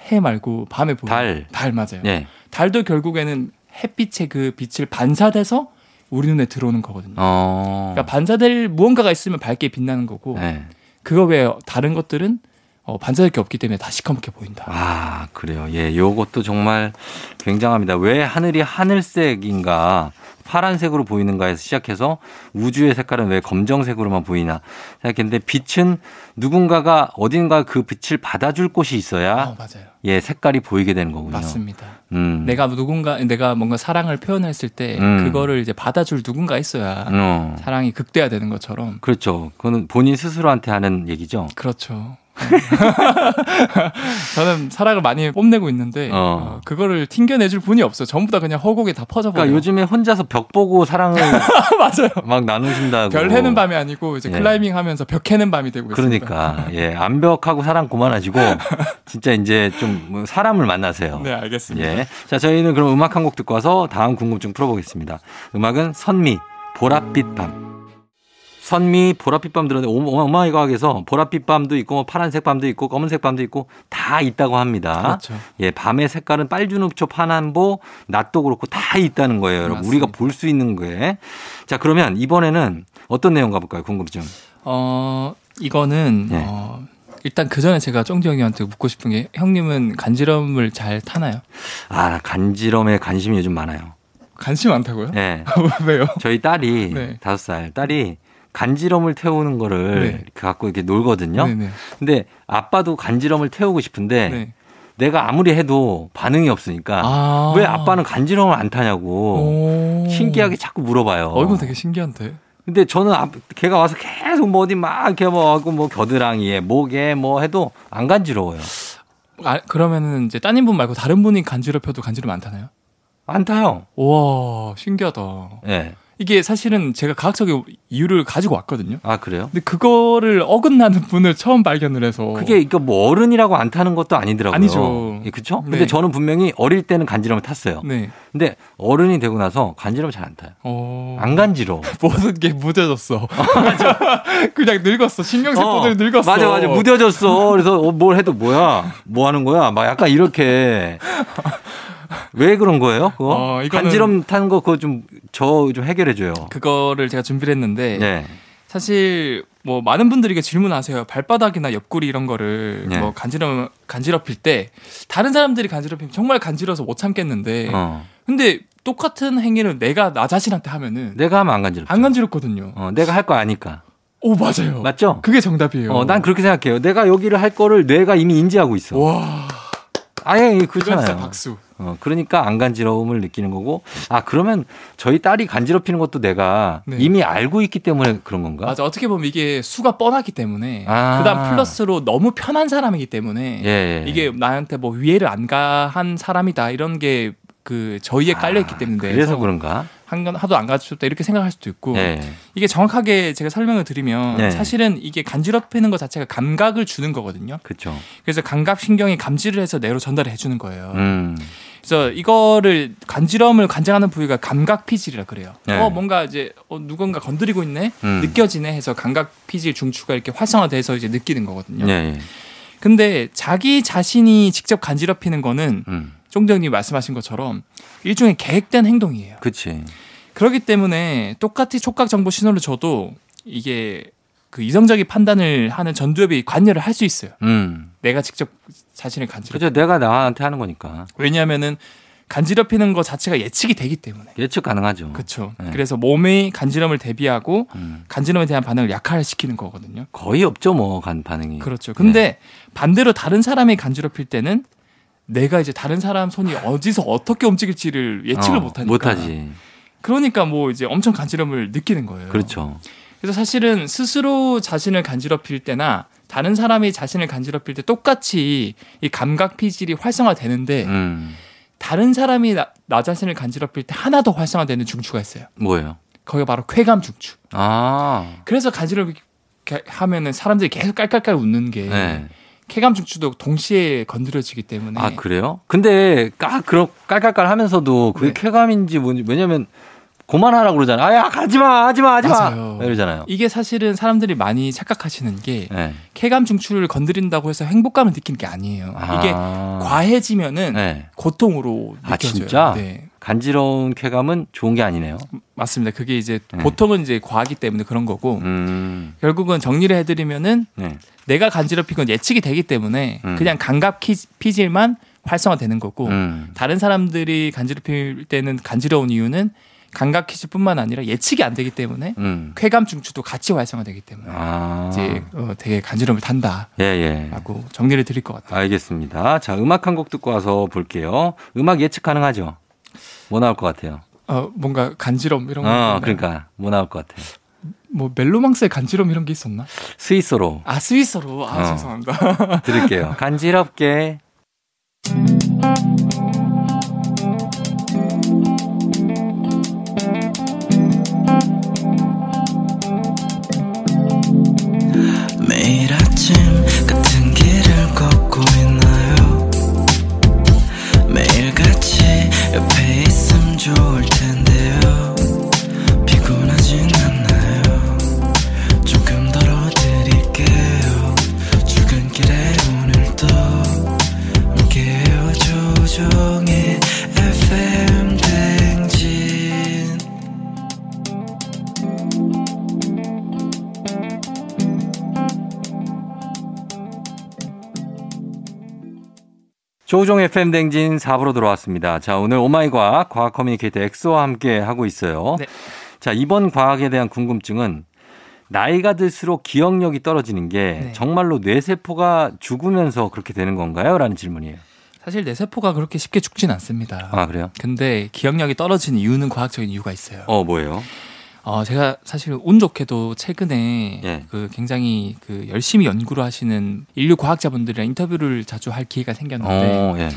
해 말고 밤에 보는 달. 달 맞아요. 예. 달도 결국에는 햇빛의 그 빛을 반사돼서 우리 눈에 들어오는 거거든요. 어. 그러니까 반사될 무언가가 있으면 밝게 빛나는 거고 네. 그거 외에 다른 것들은 어, 반사될 게 없기 때문에 다 시커멓게 보인다. 아, 그래요. 예, 요것도 정말 굉장합니다. 왜 하늘이 하늘색인가, 파란색으로 보이는가에서 시작해서 우주의 색깔은 왜 검정색으로만 보이나 생각했는데 빛은 누군가가 어딘가 그 빛을 받아줄 곳이 어, 있어야 맞아요. 예, 색깔이 보이게 되는 거군요. 맞습니다. 음. 내가 누군가 내가 뭔가 사랑을 표현했을 때 음. 그거를 이제 받아줄 누군가 있어야 어. 사랑이 극대화되는 것처럼 그렇죠. 그거는 본인 스스로한테 하는 얘기죠. 그렇죠. 저는 사랑을 많이 뽐내고 있는데 어. 어, 그거를 튕겨내줄 분이 없어. 전부 다 그냥 허공에 다 퍼져버려. 그러니까 요즘에 혼자서 벽 보고 사랑을 맞아요. 막 나누신다고. 별 해는 밤이 아니고 이제 예. 클라이밍 하면서 벽 해는 밤이 되고 있습니다. 그러니까 예 암벽하고 사랑 그만하시고 진짜 이제 좀뭐 사람을 만나세요. 네, 알겠습니다. 예. 자 저희는 그럼 음악 한 곡 듣고 와서 다음 궁금증 풀어보겠습니다. 음악은 선미 보랏빛 밤. 선미 보랏빛 밤 들었는데 어마- 어마이가하게서 보랏빛 밤도 있고 뭐 파란색 밤도 있고 검은색 밤도 있고 다 있다고 합니다. 그렇죠. 예, 밤의 색깔은 빨주노초, 파남보, 낮도 그렇고 다 있다는 거예요, 여러분. 맞습니다. 우리가 볼 수 있는 거에. 자, 그러면 이번에는 어떤 내용 가볼까요? 궁금증. 어, 이거는 네. 어, 일단 그 전에 제가 쫑디 형님한테 묻고 싶은 게 형님은 간지럼을 잘 타나요? 아, 간지럼에 관심이 요즘 많아요. 관심 많다고요? 예. 왜요? 저희 딸이 네. 다섯 살 딸이 간지럼을 태우는 거를 네. 이렇게 갖고 이렇게 놀거든요. 예. 네네. 근데 아빠도 간지럼을 태우고 싶은데 네. 내가 아무리 해도 반응이 없으니까 아. 왜 아빠는 간지럼을 안 타냐고 오. 신기하게 자꾸 물어봐요. 어, 이거 되게 신기한데. 근데 저는 앞- 걔가 와서 계속 뭐 어디 막 이렇게 뭐 하고 뭐 겨드랑이에 목에 뭐 해도 안 간지러워요. 아, 그러면은 이제 따님분 말고 다른 분이 간지럽혀도 간지럼 안 타나요? 안 타요. 와, 신기하다. 예. 이게 사실은 제가 과학적인 이유를 가지고 왔거든요. 아 그래요? 근데 그거를 어긋나는 분을 처음 발견을 해서 그게 그러니까 뭐 어른이라고 안 타는 것도 아니더라고요. 어. 아니죠. 예, 그렇죠? 네. 근데 저는 분명히 어릴 때는 간지럼을 탔어요. 네. 근데 어른이 되고 나서 간지럼 잘 안 타요. 어. 안 간지러워. 모든 게 무뎌졌어. 그냥 늙었어. 신경세포들이 어, 늙었어. 맞아, 맞아. 무뎌졌어. 그래서 어, 뭘 해도 뭐야? 뭐 하는 거야? 막 약간 이렇게. 왜 그런 거예요? 그거? 어, 이거는- 간지럼 타는 거 그거 좀, 저 좀 해결해줘요. 그거를 제가 준비를 했는데 네. 사실 뭐 많은 분들이 이게 질문하세요. 발바닥이나 옆구리 이런 거를 예. 뭐 간지럼 간지럽힐 때 다른 사람들이 간지럽히면 정말 간지러서 못 참겠는데 어. 근데 똑같은 행위를 내가 나 자신한테 하면은 내가 하면 안 간지럽죠. 안 간지럽거든요. 어, 내가 할 거 아니까. 오 맞아요. 맞죠? 그게 정답이에요. 어, 난 그렇게 생각해요. 내가 여기를 할 거를 뇌가 이미 인지하고 있어. 와 아예 이건 진짜 그렇잖아요. 박수. 어, 그러니까 안 간지러움을 느끼는 거고. 아, 그러면 저희 딸이 간지럽히는 것도 내가 네. 이미 알고 있기 때문에 그런 건가? 맞아 어떻게 보면 이게 수가 뻔하기 때문에 아. 그다음 플러스로 너무 편한 사람이기 때문에 예, 예. 이게 나한테 뭐 위해를 안 가한 사람이다 이런 게 그 저희에 깔려 있기 아, 때문에 그래서 그런가? 한건 하도 안 가르쳤다 이렇게 생각할 수도 있고 예. 이게 정확하게 제가 설명을 드리면 네. 사실은 이게 간지럽히는 것 자체가 감각을 주는 거거든요. 그렇죠. 그래서 감각 신경이 감지를 해서 뇌로 전달을 해주는 거예요. 음. 그래서 이거를 간지러움을 관장하는 부위가 감각 피질이라 그래요. 네. 어 뭔가 이제 어, 누군가 건드리고 있네 음. 느껴지네 해서 감각 피질 중추가 이렇게 활성화돼서 이제 느끼는 거거든요. 예, 예. 근데 자기 자신이 직접 간지럽히는 거는 음. 쫑정님 말씀하신 것처럼 일종의 계획된 행동이에요. 그치. 그렇기 때문에 똑같이 촉각 정보 신호를 줘도 이게 그 이성적인 판단을 하는 전두엽이 관여를 할 수 있어요. 음. 내가 직접 자신을 간지럽. 그죠. 내가 나한테 하는 거니까. 왜냐하면은 간지럽히는 것 자체가 예측이 되기 때문에. 예측 가능하죠. 그렇죠. 네. 그래서 몸이 간지럼을 대비하고 음. 간지럼에 대한 반응을 약화시키는 거거든요. 거의 없죠, 뭐, 간 반응이. 네. 그렇죠. 근데 반대로 다른 사람이 간지럽힐 때는 내가 이제 다른 사람 손이 어디서 어떻게 움직일지를 예측을 어, 못하니까. 못하지. 그러니까 뭐 이제 엄청 간지럼을 느끼는 거예요. 그렇죠. 그래서 사실은 스스로 자신을 간지럽힐 때나 다른 사람이 자신을 간지럽힐 때 똑같이 이 감각 피질이 활성화되는데 음. 다른 사람이 나, 나 자신을 간지럽힐 때 하나 더 활성화되는 중추가 있어요. 뭐예요? 거기가 바로 쾌감 중추. 아. 그래서 간지럽게 하면은 사람들이 계속 깔깔깔 웃는 게 네. 쾌감 중추도 동시에 건드려지기 때문에 아, 그래요? 근데, 까, 그런, 깔깔깔 하면서 그게 네. 쾌감인지 뭔지, 왜냐면, 그만하라고 그러잖아요. 아, 야, 가지 마, 하지 마, 하지 마! 맞아요. 이러잖아요. 이게 사실은 사람들이 많이 착각하시는 게 네. 쾌감 중추를 건드린다고 해서 행복감을 느끼는 게 아니에요. 이게 아. 과해지면은 네. 고통으로 아, 느껴져요. 진짜? 네. 간지러운 쾌감은 좋은 게 아니네요. 맞습니다. 그게 이제 네. 보통은 이제 과하기 때문에 그런 거고 음. 결국은 정리를 해드리면은 네. 내가 간지럽힌 건 예측이 되기 때문에 음. 그냥 감각 키- 피질만 활성화되는 거고 음. 다른 사람들이 간지럽힐 때는 간지러운 이유는 감각 피질뿐만 아니라 예측이 안 되기 때문에 음. 쾌감 중추도 같이 활성화되기 때문에 아. 그 이제 어, 되게 간지럼을 탄다라고 예, 예. 정리를 드릴 것 같아요. 알겠습니다. 자, 음악 한 곡 듣고 와서 볼게요. 음악 예측 가능하죠? 뭐 나올 것 같아요? 어, 뭔가 간지럼 이런 거. 어, 있잖아요. 그러니까. 뭐 나올 것 같아요? 뭐 멜로망스의 간지럼 이런 게 있었나? 스위스로 아 스위스로 아 어. 죄송합니다. 드릴게요. 간지럽게. 매일 아침 같은 길을 걷고 있나요 매일 같이 옆에 있음 좋을 텐데요 피곤하진 않나요 조금 덜어드릴게요 출근길에 오늘도 함께해요 조종의 FM 댕진 조종 FM 댕진 4부로 들어왔습니다. 자, 오늘 오마이과학 과학 커뮤니케이터 엑소와 함께 하고 있어요. 네. 자, 이번 과학에 대한 궁금증은 나이가 들수록 기억력이 떨어지는 게 네. 정말로 뇌세포가 죽으면서 그렇게 되는 건가요? 라는 질문이에요. 사실 내 세포가 그렇게 쉽게 죽진 않습니다. 아, 그래요? 근데 기억력이 떨어진 이유는 과학적인 이유가 있어요. 어, 뭐예요? 어, 제가 사실 운 좋게도 최근에 예. 그 굉장히 그 열심히 연구를 하시는 인류 과학자분들이랑 인터뷰를 자주 할 기회가 생겼는데 어, 예.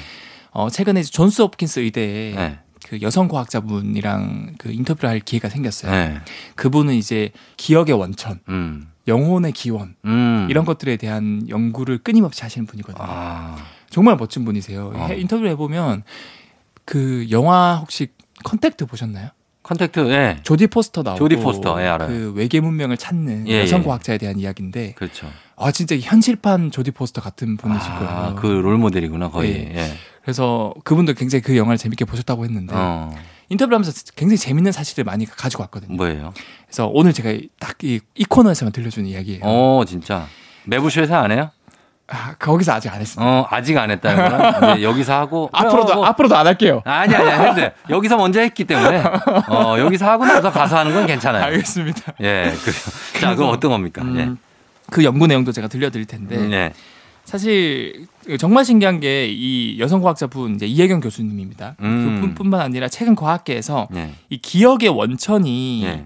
어, 최근에 이제 존스 홉킨스 의대에 예. 그 여성 과학자분이랑 그 인터뷰를 할 기회가 생겼어요. 예. 그분은 이제 기억의 원천, 음. 영혼의 기원 음. 이런 것들에 대한 연구를 끊임없이 하시는 분이거든요. 아. 정말 멋진 분이세요. 어. 해- 인터뷰를 해보면 그 영화 혹시 컨택트 보셨나요? 컨택트, 예. 조디 포스터 나오고 조디 포스터, 예, 알아요. 그 외계 문명을 찾는 예, 여성 예. 과학자에 대한 이야기인데 그렇죠. 아 진짜 현실판 조디 포스터 같은 분이실 거예요. 아, 그 롤모델이구나, 거의. 예. 예. 그래서 그분도 굉장히 그 영화를 재밌게 보셨다고 했는데 어, 인터뷰하면서 를 굉장히 재밌는 사실을 많이 가지고 왔거든요. 뭐예요? 그래서 오늘 제가 딱 이 이 코너에서만 들려주는 이야기예요. 어, 진짜. 매부쇼에서 안 해요? 아, 거기서 아직 안 했습니다. 어, 아직 안 했다는 거는 이제 여기서 하고 앞으로도 그래, 뭐. 앞으로도 안 할게요. 아니 아니 아니 근데 여기서 먼저 했기 때문에 어, 여기서 하고 나서 가서 하는 건 괜찮아요. 알겠습니다. 예. 그, 자, 그거 어떤 겁니까? 음, 네. 그 연구 내용도 제가 들려드릴 텐데 예. 예. 사실 정말 신기한 게 이 여성 과학자분 이제 이혜경 교수님입니다. 음. 그분뿐만 아니라 최근 과학계에서 예. 이 기억의 원천이 예.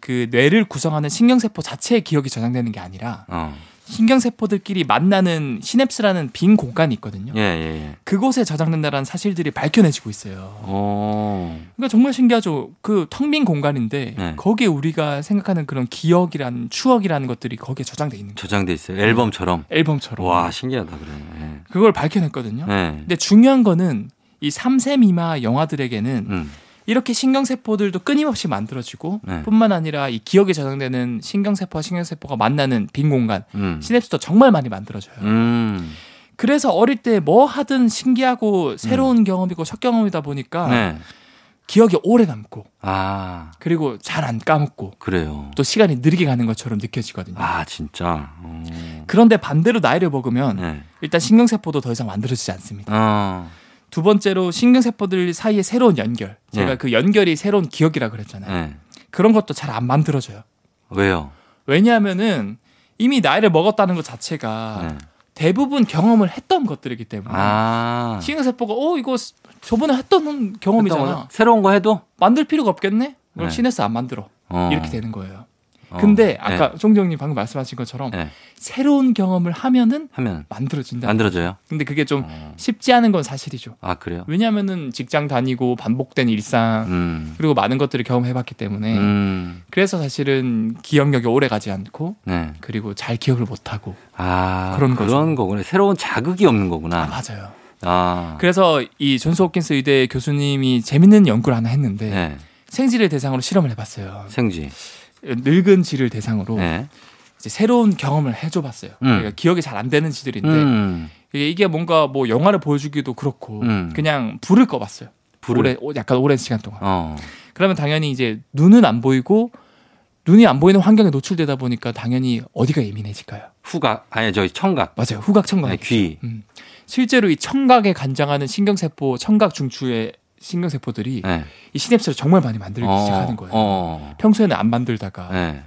그 뇌를 구성하는 신경세포 자체의 기억이 저장되는 게 아니라 어. 신경세포들끼리 만나는 시냅스라는 빈 공간이 있거든요. 예, 예, 예. 그곳에 저장된다라는 사실들이 밝혀내지고 있어요. 오. 그러니까 정말 신기하죠. 그 텅 빈 공간인데 네. 거기에 우리가 생각하는 그런 기억이란 추억이라는 것들이 거기에 저장돼 있는 거예요. 저장돼 있어요. 앨범처럼. 앨범처럼. 와, 신기하다 그래. 그걸 밝혀냈거든요. 예. 예. 근데 중요한 거는 이 3세 미마 영화들에게는 음. 이렇게 신경세포들도 끊임없이 만들어지고 네. 뿐만 아니라 이 기억에 저장되는 신경세포와 신경세포가 만나는 빈 공간 음. 시냅스도 정말 많이 만들어져요. 음. 그래서 어릴 때 뭐 하든 신기하고 새로운 경험이고 첫 경험이다 보니까 음. 네. 기억이 오래 남고 아, 그리고 잘 안 까먹고 그래요. 또 시간이 느리게 가는 것처럼 느껴지거든요. 아, 진짜. 음. 그런데 반대로 나이를 먹으면 네. 일단 신경세포도 더 이상 만들어지지 않습니다. 어. 두 번째로 신경세포들 사이의 새로운 연결. 제가 네. 그 연결이 새로운 기억이라 그랬잖아요. 예. 그런 것도 잘 안 만들어져요. 왜요? 왜냐하면은 이미 나이를 먹었다는 것 자체가 예. 대부분 경험을 했던 것들이기 때문에 아. 신경세포가 어 이거 스- 저번에 했던 경험이잖아. 어떤 거? 새로운 거 해도 만들 필요가 없겠네. 그럼 네. 신에서 안 만들어. 어. 이렇게 되는 거예요. 어. 근데 예. 아까 송정님 방금 말씀하신 것처럼 네. 새로운 경험을 하면은 하면 만들어진다. 만들어져요. 근데 그게 좀 어. 쉽지 않은 건 사실이죠. 아 그래요? 왜냐하면은 직장 다니고 반복된 일상 음. 그리고 많은 것들을 경험해봤기 때문에 음. 그래서 사실은 기억력이 오래 가지 않고 네. 그리고 잘 기억을 못하고 아 그런 그런, 거죠. 거구나. 새로운 자극이 없는 아, 거구나. 맞아요. 아. 그래서 이 존스 홉킨스 의대 교수님이 재밌는 연구를 하나 했는데 네. 생쥐를 대상으로 실험을 해봤어요. 생쥐. 늙은 쥐를 대상으로 네. 이제 새로운 경험을 해줘봤어요. 그러니까 기억이 잘 안 되는 쥐들인데 음. 이게 이게 뭔가 뭐 영화를 보여주기도 그렇고 음. 그냥 불을 꺼봤어요. 불을. 오래- 약간 오랜 시간 동안. 어. 그러면 당연히 이제 눈은 안 보이고 눈이 안 보이는 환경에 노출되다 보니까 당연히 어디가 예민해질까요? 후각 아니 저 청각. 맞아요. 후각 청각. 네, 귀. 음. 실제로 이 청각에 간장하는 신경세포, 청각 중추의 신경세포들이 네. 이 시냅스를 정말 많이 만들기 시작하는 거예요. 어. 평소에는 안 만들다가 네.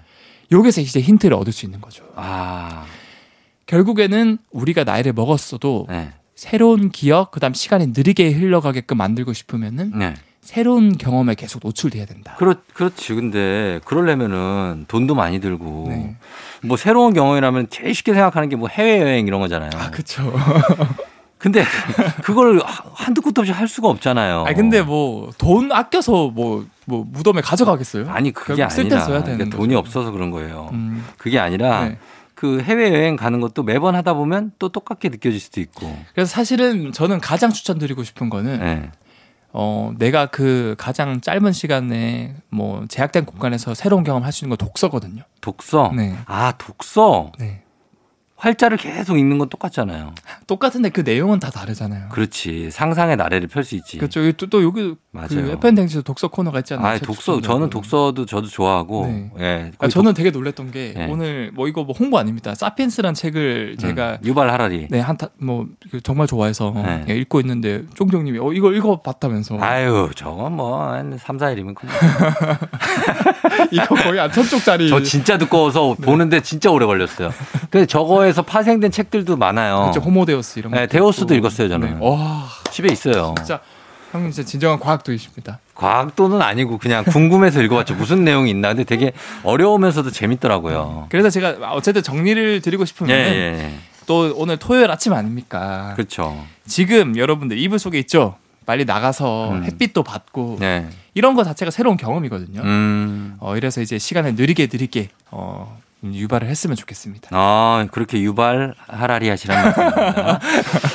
여기서 이제 힌트를 얻을 수 있는 거죠. 아. 결국에는 우리가 나이를 먹었어도 네. 새로운 기억, 그다음 시간이 느리게 흘러가게끔 만들고 싶으면은 네. 새로운 경험에 계속 노출돼야 된다. 그렇, 그렇지. 근데 그러려면은 돈도 많이 들고 네. 뭐 새로운 경험이라면 제일 쉽게 생각하는 게 뭐 해외여행 이런 거잖아요. 아, 그쵸. 근데 그걸 하- 한두 끝도 없이 할 수가 없잖아요. 아, 근데 뭐 돈 아껴서 뭐, 뭐 무덤에 가져가겠어요? 아니, 그게 결국 쓸땐 아니라 써야 되는 그러니까 돈이 거죠. 없어서 그런 거예요. 음, 그게 아니라 네. 그 해외여행 가는 것도 매번 하다 보면 또 똑같게 느껴질 수도 있고. 그래서 사실은 저는 가장 추천드리고 싶은 거는 네. 어, 내가 그 가장 짧은 시간에 뭐 제약된 공간에서 새로운 경험 할 수 있는 건 독서거든요. 독서. 네. 아, 독서. 네. 활자를 계속 읽는 건 똑같잖아요. 똑같은데 그 내용은 다 다르잖아요. 그렇지. 상상의 나래를 펼 수 있지. 그렇죠. 또, 또 여기 그 맞아요. FN댕지도 독서 코너가 있잖아요. 아, 독서 저는 독서도 저도 좋아하고 네. 예. 아, 저는 되게 놀랬던 게 네. 음. 오늘 뭐 이거 뭐 홍보 아닙니다. 사피엔스란 책을 제가 유발 하라리. 네, 한타 뭐 정말 좋아해서 네. 예, 읽고 있는데 쫑정님이 어 이거 읽어 봤다면서 아유, 저건 뭐한 3, 4일이면 끝나. 이거 거의 한 천쪽짜리 저 진짜 두꺼워서 네. 보는데 진짜 오래 걸렸어요. 근데 저거에서 파생된 책들도 많아요. 그쵸, 호모데우스 이런 거. 어. 네, 데오스도 읽었어요, 저는. 와, 집에 있어요. 진짜 형님 진짜 진정한 과학도이십니다. 과학도는 아니고 그냥 궁금해서 읽어봤죠. 무슨 내용이 있나. 근데 되게 어려우면서도 재밌더라고요. 그래서 제가 어쨌든 정리를 드리고 싶으면 예, 예, 예. 또 오늘 토요일 아침 아닙니까? 그렇죠. 지금 여러분들 이불 속에 있죠. 빨리 나가서 음. 햇빛도 받고 네. 이런 거 자체가 새로운 경험이거든요. 음. 어, 이래서 이제 시간을 느리게 느리게 어, 유발을 했으면 좋겠습니다. 아, 그렇게 유발 하라리 하시란 말씀입니다.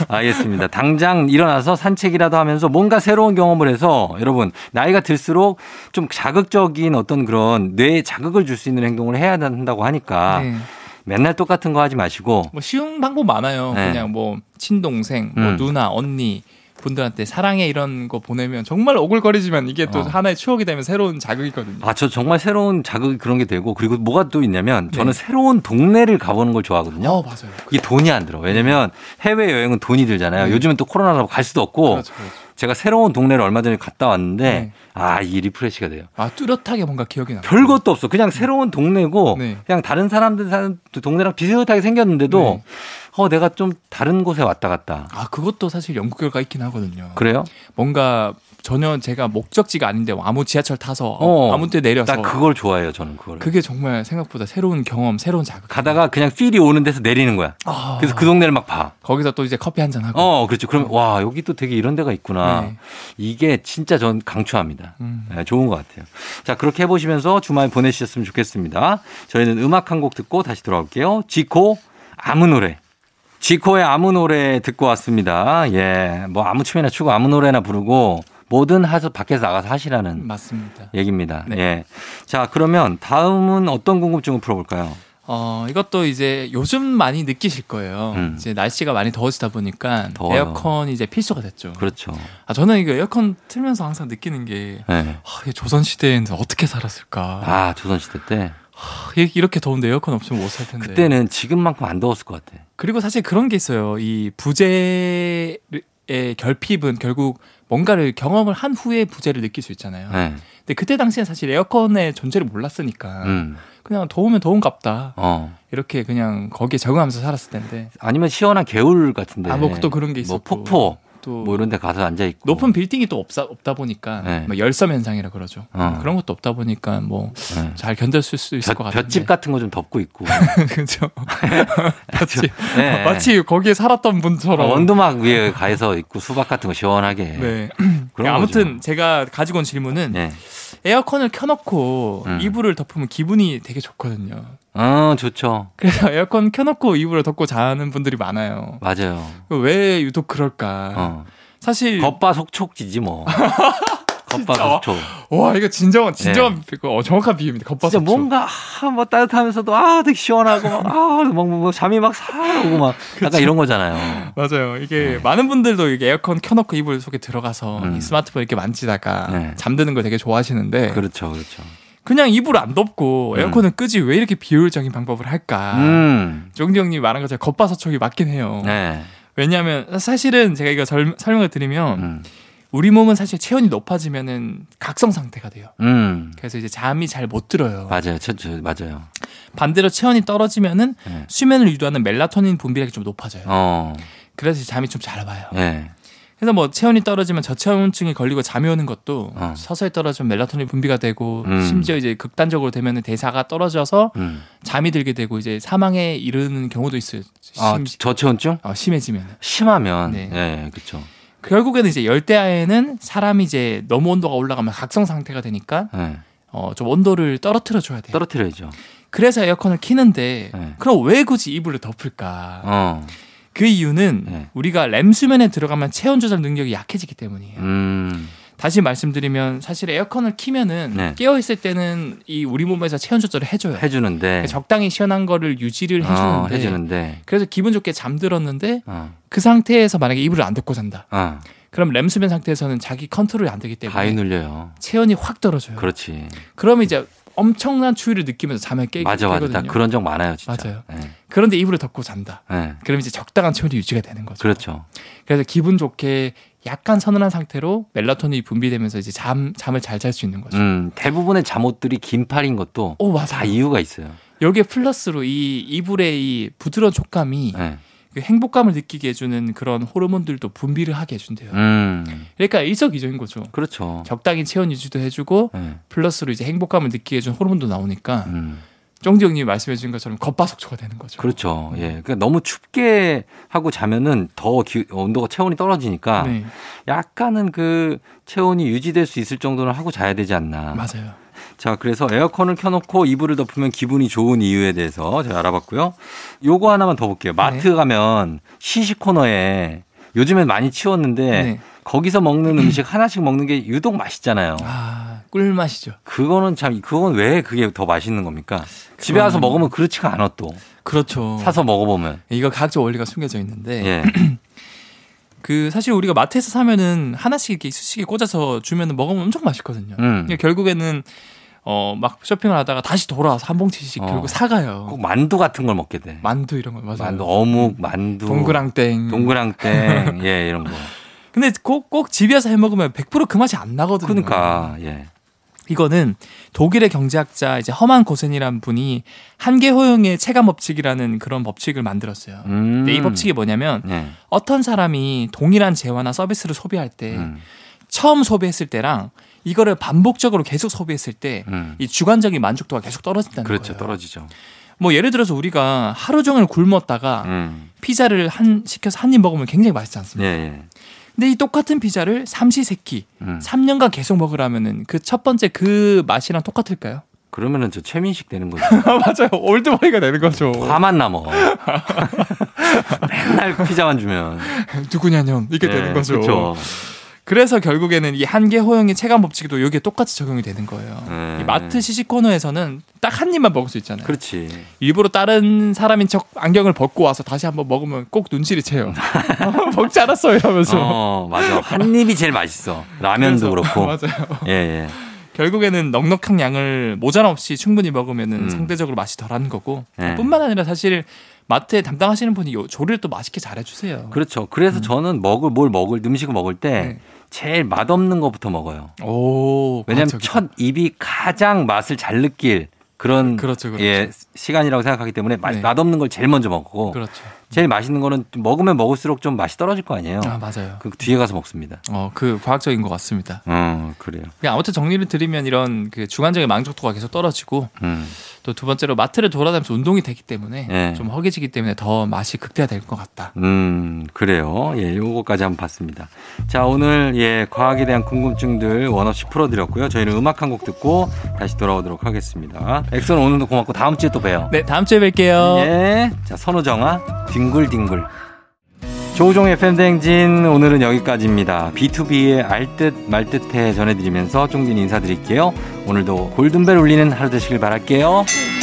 알겠습니다. 당장 일어나서 산책이라도 하면서 뭔가 새로운 경험을 해서 여러분, 나이가 들수록 좀 자극적인 어떤 그런 뇌에 자극을 줄 수 있는 행동을 해야 한다고 하니까 네. 맨날 똑같은 거 하지 마시고 뭐 쉬운 방법 많아요. 네. 그냥 뭐 친동생, 뭐 음. 누나, 언니 분들한테 사랑해 이런 거 보내면 정말 오글거리지만 이게 또 어. 하나의 추억이 되면 새로운 자극이거든요. 아, 저 정말 새로운 자극 그런 게 되고 그리고 뭐가 또 있냐면 저는 네. 새로운 동네를 가보는 걸 좋아하거든요. 예. 어, 맞아요. 이게 돈이 안 들어. 왜냐면 해외 여행은 돈이 들잖아요. 네. 요즘은 또 코로나라고 갈 수도 없고 그렇죠, 그렇죠. 제가 새로운 동네를 얼마 전에 갔다 왔는데 네. 아, 이 리프레시가 돼요. 아 뚜렷하게 뭔가 기억이 나. 별것도 없어. 그냥 새로운 동네고 네. 그냥 다른 사람들 사는 동네랑 비슷하게 네. 생겼는데도 어, 내가 좀 다른 곳에 왔다 갔다. 아 그것도 사실 연구 결과 있긴 하거든요. 그래요? 뭔가 전혀 제가 목적지가 아닌데 아무 지하철 타서 어. 아무 때 내려서 나 그걸 좋아해요. 저는 그걸. 그게 정말 생각보다 새로운 경험, 새로운 자극. 가다가 그냥 필이 오는 데서 내리는 거야. 아. 그래서 그 동네를 막 봐. 거기서 또 이제 커피 한 잔 하고. 어, 그렇죠. 그럼 와, 여기 또 되게 이런 데가 있구나. 네. 이게 진짜 전 강추합니다. 음. 네, 좋은 것 같아요. 자, 그렇게 해보시면서 주말 보내셨으면 좋겠습니다. 저희는 음악 한 곡 듣고 다시 돌아올게요. 지코, 아무 노래. 지코의 아무 노래 듣고 왔습니다. 예, 뭐 아무 춤이나 추고 아무 노래나 부르고 뭐든 하서 밖에서 나가서 하시라는 맞습니다. 얘기입니다. 네. 예. 자, 그러면 다음은 어떤 궁금증을 풀어볼까요? 어 이것도 이제 요즘 많이 느끼실 거예요. 음. 이제 날씨가 많이 더워지다 보니까 더워요. 에어컨이 이제 필수가 됐죠. 그렇죠. 아 저는 이거 에어컨 틀면서 항상 느끼는 게 아, 예. 조선 시대에는 어떻게 살았을까? 아, 조선시대 네. 때. 하, 이- 이렇게 더운데 에어컨 없으면 못 살 텐데. 그때는 지금만큼 안 더웠을 것 같아. 그리고 사실 그런 게 있어요. 이 부재의 결핍은 결국 뭔가를 경험을 한 후에 부재를 느낄 수 있잖아요. 예. 근데 그때 당시엔 사실 에어컨의 존재를 몰랐으니까 음. 그냥 더우면 더운갑다 어. 이렇게 그냥 거기에 적응하면서 살았을 텐데 아니면 시원한 개울 같은데. 아 뭐 또 그런 게 있었고 뭐 폭포 또 뭐 이런 데 가서 앉아 있고. 높은 빌딩이 또 없사, 없다 보니까 네. 뭐 열섬 현상이라 그러죠 어. 그런 것도 없다 보니까 뭐 잘 예. 견뎠을 수 있을 볕, 것 같은데 집 같은 거 좀 덮고 있고. 그죠 볕집 네. 마치 거기에 살았던 분처럼 어, 원두막 위에 가서 있고 수박 같은 거 시원하게. 네. 그런 아무튼 거죠. 제가 가지고 온 질문은 네. 에어컨을 켜놓고 음. 이불을 덮으면 기분이 되게 좋거든요. 어, 좋죠. 그래서 에어컨 켜놓고 이불을 덮고 자는 분들이 많아요. 맞아요. 왜 유독 그럴까? 어. 사실 겉바 속촉지지 뭐. 겉바 진짜. 속촉. 와 이거 진정한 진정한 비- 어, 정확한 비유입니다. 네. 진짜 겉바속촉. 뭔가 아, 뭐 따뜻하면서도 아 되게 시원하고 아막 뭐, 잠이 막살 오고 막 약간 이런 거잖아요. 맞아요. 이게 네. 많은 분들도 이게 에어컨 켜놓고 이불 속에 들어가서 음. 이 스마트폰 이렇게 만지다가 네. 잠드는 걸 되게 좋아하시는데 그렇죠, 그렇죠. 그냥 이불 안 덮고 음. 에어컨을 끄지 왜 이렇게 비효율적인 방법을 할까? 음, 종디 형님 말한 것처럼 겉바속촉이 맞긴 해요. 네. 왜냐하면 사실은 제가 이거 절- 설명을 드리면 음. 우리 몸은 사실 체온이 높아지면은 각성 상태가 돼요. 음. 그래서 이제 잠이 잘 못 들어요. 맞아요. 저, 저, 맞아요. 반대로 체온이 떨어지면은 네. 수면을 유도하는 멜라토닌 분비량이 좀 높아져요. 어. 그래서 이제 잠이 좀 잘 와요. 예. 그래서 뭐 체온이 떨어지면 저체온증이 걸리고 잠이 오는 것도 어. 서서히 떨어지면 멜라토닌 분비가 되고 음. 심지어 이제 극단적으로 되면은 대사가 떨어져서 음. 잠이 들게 되고 이제 사망에 이르는 경우도 있어요. 심, 아, 저체온증? 어, 심해지면 심하면. 네. 예, 그쵸. 결국에는 이제 열대야에는 사람이 이제 너무 온도가 올라가면 각성 상태가 되니까 예. 어, 좀 온도를 떨어뜨려 줘야 돼요. 떨어뜨려야죠. 그래서 에어컨을 키는데 네. 그럼 왜 굳이 이불을 덮을까? 어. 그 이유는 네. 우리가 램 수면에 들어가면 체온 조절 능력이 약해지기 때문이에요. 음. 다시 말씀드리면 사실 에어컨을 키면은 네. 깨어 있을 때는 이 우리 몸에서 체온 조절을 해줘요. 해주는데. 적당히 시원한 거를 유지를 어, 그 해주는데 해주는데. 그래서 기분 좋게 잠들었는데 어. 그 상태에서 만약에 이불을 안 덮고 잔다. 어. 그럼 램 수면 상태에서는 자기 컨트롤이 안 되기 때문에 가위 눌려요. 체온이 확 떨어져요. 그렇지. 그러면 이제 엄청난 추위를 느끼면서 잠에 깨 맞아, 맞아. 깨거든요. 딱 그런 적 많아요, 진짜. 맞아요. 예. 그런데 이불을 덮고 잔다. 예. 그럼 이제 적당한 체온이 유지가 되는 거죠. 그렇죠. 그래서 기분 좋게 약간 서늘한 상태로 멜라토닌이 분비되면서 이제 잠 잠을 잘 잘 수 있는 거죠. 음, 대부분의 잠옷들이 긴팔인 것도 오 맞아. 다 이유가 있어요. 여기에 플러스로 이 이불의 이 부드러운 촉감이 예. 그 행복감을 느끼게 해주는 그런 호르몬들도 분비를 하게 해준대요. 음, 그러니까 일석이조인 거죠. 그렇죠. 적당히 체온 유지도 해주고 예. 플러스로 이제 행복감을 느끼게 해준 호르몬도 나오니까 음, 쫑지 형님이 말씀해주신 것처럼 겉바속촉가 되는 거죠. 그렇죠. 예. 그러니까 너무 춥게 하고 자면은 더 기- 온도가 체온이 떨어지니까 네 약간은 그 체온이 유지될 수 있을 정도는 하고 자야 되지 않나. 맞아요. 자, 그래서 에어컨을 켜놓고 이불을 덮으면 기분이 좋은 이유에 대해서 제가 알아봤고요. 요거 하나만 더 볼게요. 마트 가면 시식 코너에 요즘엔 많이 치웠는데 네. 거기서 먹는 음식 하나씩 먹는 게 유독 맛있잖아요. 아 꿀맛이죠. 그거는 참 그건 왜 그게 더 맛있는 겁니까? 집에 와서 먹으면 그렇지가 않아 또 그렇죠. 사서 먹어보면 이거 각자 원리가 숨겨져 있는데 예 그 사실 우리가 마트에서 사면은 하나씩 이렇게 수식에 꽂아서 주면은 먹으면 엄청 맛있거든요. 음. 근데 결국에는 어 막 쇼핑을 하다가 다시 돌아와서 한 봉지씩 어. 결국 사가요. 꼭 만두 같은 걸 먹게 돼 만두 이런 거 맞아요. 만두 어묵 만두 동그랑땡. 동그랑땡 예 이런 거 근데 꼭, 꼭 집에서 해 먹으면 100%그 맛이 안 나거든요. 그러니까 예 이거는 독일의 경제학자 이제 허만 고센이란 분이 한계 허용의 체감 법칙이라는 그런 법칙을 만들었어요. 음. 근데 이 법칙이 뭐냐면 예 어떤 사람이 동일한 재화나 서비스를 소비할 때 음. 처음 소비했을 때랑 이거를 반복적으로 계속 소비했을 때 이 음. 주관적인 만족도가 계속 떨어진다는 그렇죠 거예요. 떨어지죠 뭐 예를 들어서 우리가 하루 종일 굶었다가 음. 피자를 한 시켜서 한 입 먹으면 굉장히 맛있지 않습니까? 예, 예. 근데 이 똑같은 피자를 삼시세끼 음. 3년간 계속 먹으라면은 그 첫 번째 그 맛이랑 똑같을까요? 그러면은 저 최민식 되는 거죠 맞아요. 올드보이가 되는 거죠. 화만 남어 맨날 피자만 주면 누구냐 형 이게 되는 거죠. 그렇죠 그래서 결국에는 이 한계 허용의 체감 법칙도 여기에 똑같이 적용이 되는 거예요. 음. 이 마트 시식 코너에서는 딱 한 입만 먹을 수 있잖아요. 그렇지 일부러 다른 사람인 척 안경을 벗고 와서 다시 한번 먹으면 꼭 눈치를 채요. 어, 먹지 않았어요 이러면서. 어, 맞아. 한 입이 제일 맛있어. 라면도 그렇고. 맞아요. 예, 예. 결국에는 넉넉한 양을 모자람 없이 충분히 먹으면 음. 은 상대적으로 맛이 덜한 거고 네. 뿐만 아니라 사실 마트에 담당하시는 분이 요- 조리를 또 맛있게 잘해주세요. 그렇죠. 그래서 저는 먹을 뭘 먹을 음식을 먹을 때 음. 네. 제일 맛없는 것부터 먹어요. 오 왜냐하면 과학적이다. 첫 입이 가장 맛을 잘 느낄 그런 그렇죠 그렇죠 예 시간이라고 생각하기 때문에 맛, 네. 맛없는 걸 제일 먼저 먹고 그렇죠 제일 맛있는 거는 먹으면 먹을수록 좀 맛이 떨어질 거 아니에요. 아 맞아요 그 뒤에 가서 먹습니다. 어그 과학적인 것 같습니다. 어 그래요. 그냥 아무튼 정리를 드리면 이런 그 중간적인 만족도가 계속 떨어지고 음. 또 두 번째로 마트를 돌아다니면서 운동이 되기 때문에 예. 좀 허기지기 때문에 더 맛이 극대화될 것 같다. 음, 그래요. 예, 요거까지 한번 봤습니다. 자, 오늘 예, 과학에 대한 궁금증들 원없이 풀어드렸고요. 저희는 음악 한 곡 듣고 다시 돌아오도록 하겠습니다. 엑소는 오늘도 고맙고 다음 주에 또 봬요. 네 다음 주에 뵐게요. 예. 자, 선우정아, 뒹굴뒹굴. 조우종의 팬댕진 오늘은 여기까지입니다. B2B의 알듯 말듯해 전해드리면서 쫑진 인사드릴게요. 오늘도 골든벨 울리는 하루 되시길 바랄게요.